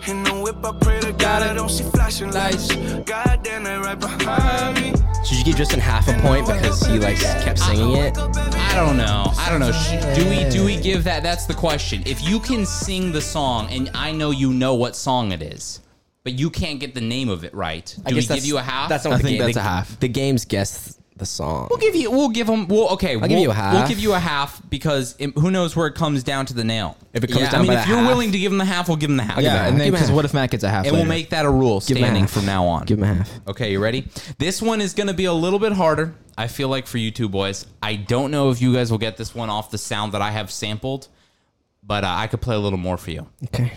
In the whip, I pray to God I don't see flashing lights. God damn it, right behind me. Should you give Justin half a point because he like kept singing it? I don't know. I don't know. Sh- Do we do we give that? That's the question. If you can sing the song, and I know you know what song it is, but you can't get the name of it right, do we give you a half? That's not what I the think game. that's the, a half. The game's guessed the song. We'll give you. We'll give them. We'll, okay. we'll, give you a half. We'll give you a half because it, who knows where it comes down to the nail. If it comes Yeah, down I mean, by if that you're half- willing to give them the half, we'll give them the half. give it a Yeah, and half. then Give it a because half. what if Mac gets a half? And we'll later? make that a rule Give him a standing half. from now on. Give him a half. Okay, you ready? This one is going to be a little bit harder, I feel like, for you two boys. I don't know if you guys will get this one off the sound that I have sampled, but uh, I could play a little more for you. Okay.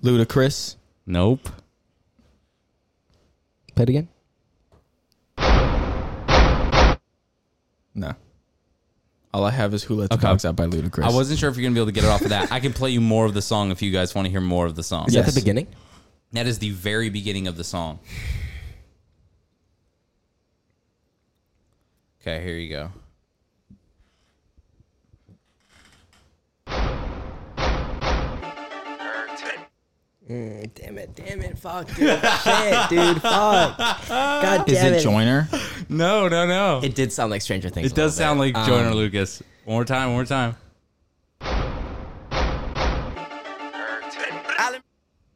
Ludacris. Nope. Play it again. All I have is "Who Let the Okay. Dogs Out" by Ludacris. I wasn't sure if you're gonna be able to get it off of that. I can play you more of the song if you guys want to hear more of the song. Is that Yes. the beginning? That is the very beginning of the song. Okay, here you go. Damn it, damn it, fuck, dude. Shit, dude, fuck. God Is damn it Joiner? No, no, no. It, It did sound like Stranger Things. a does Um, sound little bit. like Joyner Lucas. One more time, one more time.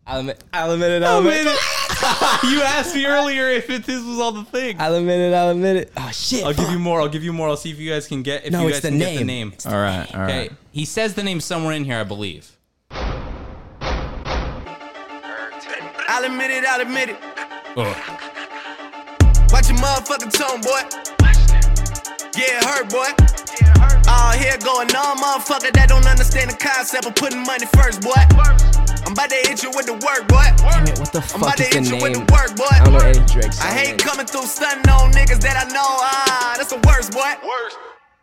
I'll admit, I'll admit it, I'll admit it. you asked me earlier if it, this was all the thing. I'll admit it, I'll admit it. Oh, shit. I'll give fuck. you more. I'll give you more. I'll see if you guys can get if No, you it's guys the can get the name. name. It's All right, all Okay, right. he says the name somewhere in here, I believe. I'll admit it, I'll admit it. Ugh. Watch your motherfucking tone, boy. Yeah, it hurt, boy. All here going on, motherfucker that don't understand the concept of putting money first, boy. I'm about to hit you with the work, boy. Damn it, what the I'm about fuck is to the hit you with name? the work, boy. I don't know any Drake song. I hate man. coming through stunting on niggas that I know. Ah, that's the worst, boy.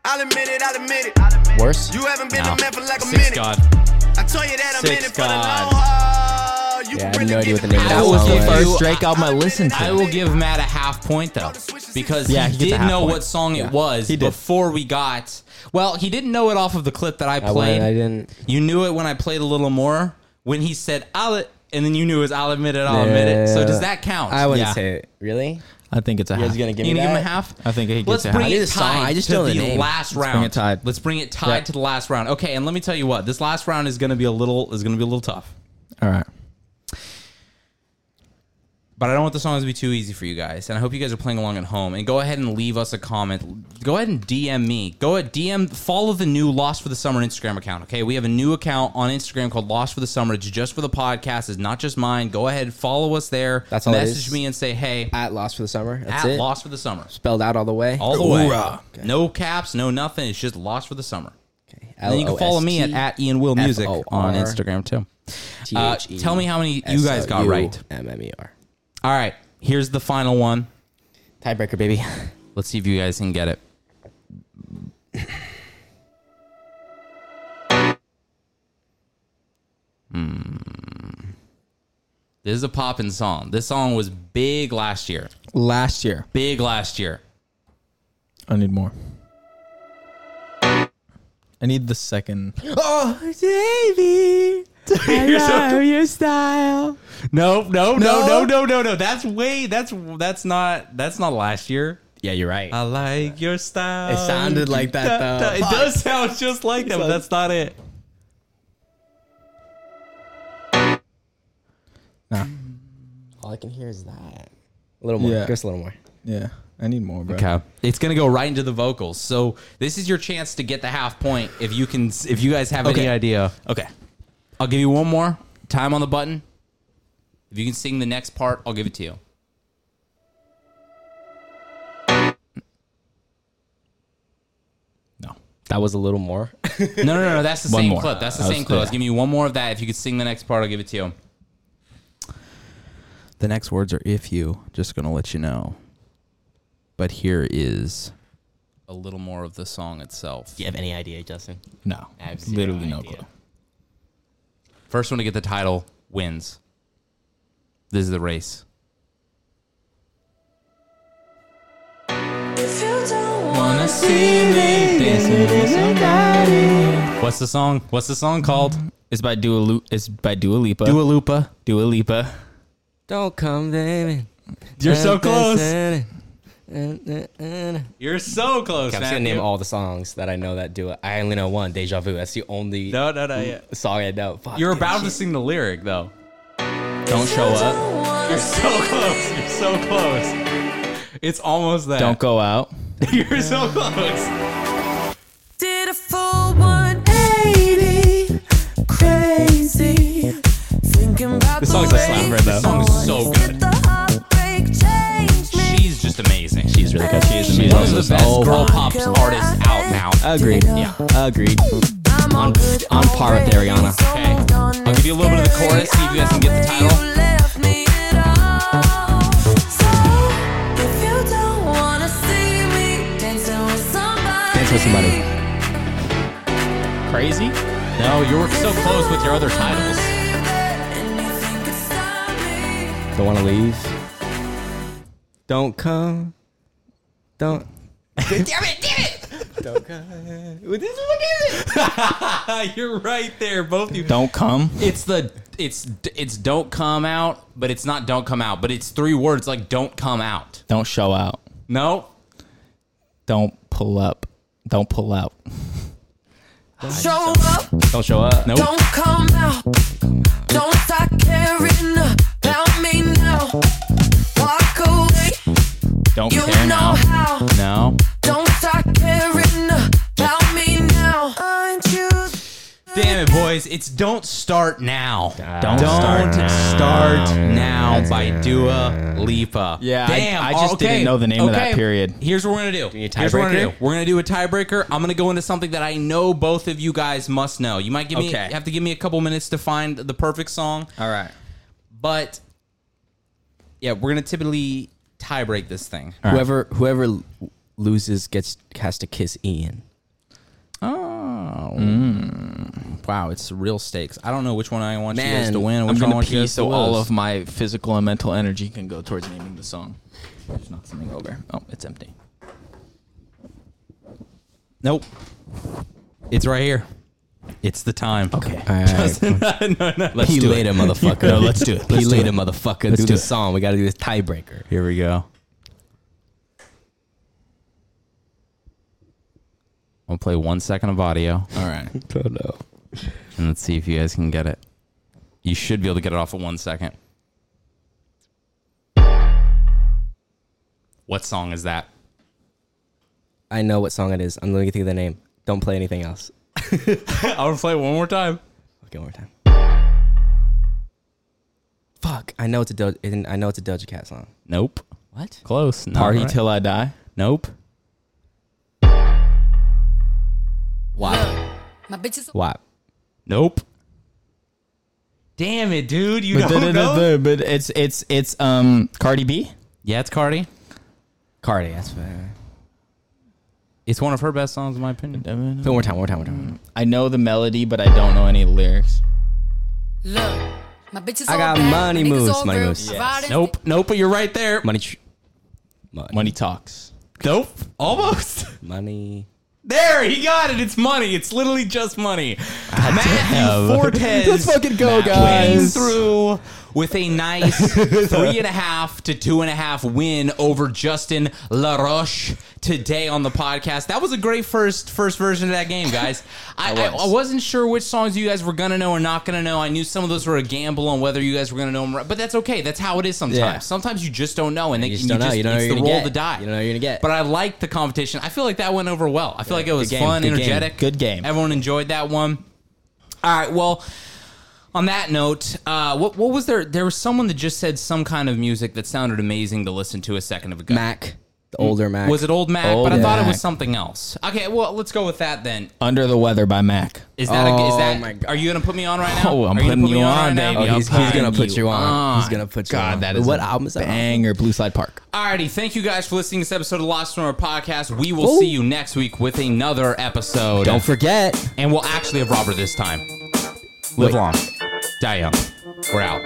I'll admit it, I'll admit it. Worse? You haven't been No. a man for like a Six minute. God. I told you that I'm Six in it for the God. long haul. Yeah, You I can have really no idea get what the name of it. that That was song the was. first Drake album I listened I to. will give Matt a half point though, because Yeah, he, he gets a did half know point. what song it was he did. before we got. Well, he didn't know it off of the clip that I I, went- played. I didn't. You knew it when I played a little more. When he said "I'll," it- and then you knew it was "I'll admit it, I'll admit it." So Yeah. does that count? I wouldn't Yeah. say it. Really? I think it's a You guys half. gonna give you me gonna that? give him a half? I think he gets Let's a bring half. I need it the song. tied I just to know the the name. last bring round. it tied. Let's bring it tied to the last round. Okay, and let me tell you what. This last round is gonna be a little is gonna be a little tough. All right. But I don't want the songs to be too easy for you guys. And I hope you guys are playing along at home. And go ahead and leave us a comment. Go ahead and DM me. Go at DM, follow the new Lost for the Summer Instagram account. Okay. We have a new account on Instagram called Lost for the Summer. It's just for the podcast, it's not just mine. Go ahead, follow us there. That's all it Message is? me and say, hey, At Lost for the Summer. That's at it. Lost for the Summer. Spelled out all the way. All the way. Hoorah. Okay. No caps, no nothing. It's just Lost for the Summer. Okay. And then you can follow me at, at Ian Will Music on F-O-R. Instagram too. Uh, T-H-E tell me how many you guys got right. M-M-E-R. All right. Here's the final one. Tiebreaker, baby. Let's see if you guys can get it. Hmm. This is a poppin' song. This song was big last year. Last year, Big last year. I need more. I need the second. Nope, no, no, no, no, no, no. That's way. That's that's not. That's not last year. Yeah, you're right. I like your style. It sounded like that, though. It does sound just like that, but that's not it. All I can hear is that. A little more. Yeah. Give us a little more. Yeah, I need more, bro. Okay. It's gonna go right into the vocals. So this is your chance to get the half point if you can if you guys have any Okay. idea. Okay. I'll give you one more time on the button. If you can sing the next part, I'll give it to you. No. That was a little more. No, no, no, no. That's the One same more. clip. That's the That was same the- clip. I was giving you one more of that. If you could sing the next part, I'll give it to you. The next words are if you, just going to let you know. But here is a little more of the song itself. you have any idea, Justin? No, literally no clue. First one to get the title wins. This is the race. Wanna see me What's the song? What's the song called? It's by Dua. Lu- it's by Dua Lipa. Dua Lipa. Dua Lipa. Don't come, baby. You're so close. I'm You're so close. just gonna name all the songs that I know that do it. I only know one, Deja Vu. That's the only No, no, no. Yeah. song I know. Fuck, You're dude, about shit. to sing the lyric though. Don't show up. You're so close. You're so close. It's almost that. Don't go out. You're so close. Did a full 180, crazy. Thinking about This song's a slapper, though. This song is so good. She's just amazing. She's really good. She is She's amazing. one of the best girl pop artists out now. Agreed. Yeah. Agreed. on, on par with Ariana. Okay. I'll give you a little bit of the chorus, see if you guys can get the title. Dance with somebody. crazy? No, you were so close with your other titles. Don't want to leave. Don't come. Don't. You're right there, both you. Don't come. It's the it's it's don't come out, but it's not don't come out, but it's three words like don't come out. Don't show out. No, Don't pull up. Don't pull out. Show up, Don't show up. nope. don't come out. Don't start caring about me now. Walk away, Don't you care know now. how. No. Don't start caring about me now. Aren't you? Damn it, boys! It's "Don't Start Now." Don't Don't start start, now. now by Dua Lipa. Yeah, I- damn. I just okay, didn't know the name of that okay. period. Here's what we're gonna do. need a Here's what we're gonna do. tiebreaker? We're gonna do a tiebreaker. I'm gonna go into something that I know both of you guys must know. You might give me Okay. have to give me a couple minutes to find the perfect song, All right. but yeah, we're gonna typically tiebreak this thing. Whoever whoever l- loses gets has to kiss Ian. Oh, wow! It's real stakes. I don't know which one I want you guys Man, to win. I'm Which one I I'm gonna want you pee guys to so all lose. of my physical and mental energy can go towards naming the song. Just knock something over. Oh, it's empty. Nope. It's right here. It's the time. Okay. Let's he laid a motherfucker. no, let's do it. he laid a motherfucker. Let's do, do the song. We got to do this tiebreaker. Here we go. I'll play one second of audio All right. Oh no. and let's see if you guys can get it. You should be able to get it off of one second. What song is that? I know what song it is. I'm going to think of the name. Don't play anything else. I'll play it one more time. Okay, one more time. Fuck! I know it's a Doja. I know it's a Doja Cat song. Nope. What? Close. Not Party right. till I die. Nope. Why? My bitch is Why? Nope. Damn it, dude! You don't know. But it's it's it's um Cardi B. Yeah, it's Cardi. Cardi. That's fair. It's one of her best songs, in my opinion. One more time. One more time. One more time. I know the melody, but I don't know any lyrics. look. My bitch is I all got bad. money my niggas moves, all money real. moves. I ride in- Nope. Nope. But you're right there. Money. Tr- money. Money talks. Nope. Almost. Money. There, he got it. It's money. It's literally just money. Matthew Fortes. Let's fucking go, Matt guys. Came through with a nice three and a half to two and a half win over Justin LaRoche today on the podcast. That was a great first first version of that game, guys. I, I, I wasn't sure which songs you guys were gonna know or not gonna know. I knew some of those were a gamble on whether you guys were gonna know them, but that's okay. That's how it is sometimes. Yeah. Sometimes you just don't know, and then you You just don't know. just- You don't know it's you're the gonna roll get. of the die. You don't know you're gonna get. But I liked the competition. I feel like that went over well. I feel like it was Good game. fun, Good game. energetic. Good game. Everyone enjoyed that one. All right. Well, on that note, uh, what what was there? There was someone that just said some kind of music that sounded amazing to listen to a second of ago. Mac. The older Mac. Was it old Mac? Old but I thought it Mac. was something else. Okay. Well, let's go with that then. Under the weather by Mac. Is that? a, is Oh, that? my God. Are you gonna put me on right now? Oh, I'm Are gonna putting put me you on, right now? Oh, baby. he's, he's gonna put you on. He's on. gonna put you on. God, that is what a album is that? on? banger. Blue Slide Park. Alrighty, thank you guys for listening to this episode of Lost Stormer Podcast. We will see you next week with another episode. Don't forget. And we'll actually have Robert this time. Live long. Die young. We're out.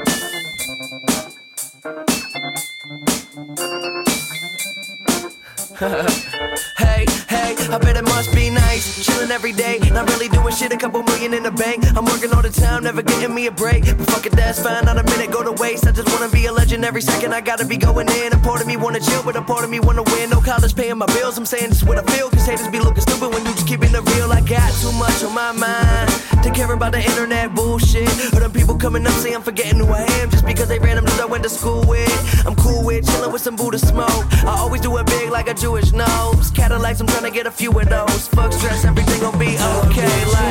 Hey, hey, I bet it must be nice. Chillin' every day, not really doing shit, a couple million in the bank. I'm working all the time, never getting me a break. But fuck it, that's fine, not a minute go to waste. I just wanna be a legend every second, I gotta be going in. A part of me wanna chill, but a part of me wanna win. No college paying my bills, I'm saying this is what I feel. Cause haters be looking stupid when you just keeping it real. I got too much on my mind to care about the internet bullshit. Or them people coming up saying I'm forgetting who I am just because they random dudes I went to school with. I'm cool with chillin' with some Buddha smoke. I always do it big like a Jewish nose. Cadillacs, I'm tryna get a few of those. Fuck stress, everything gon' be okay. Like,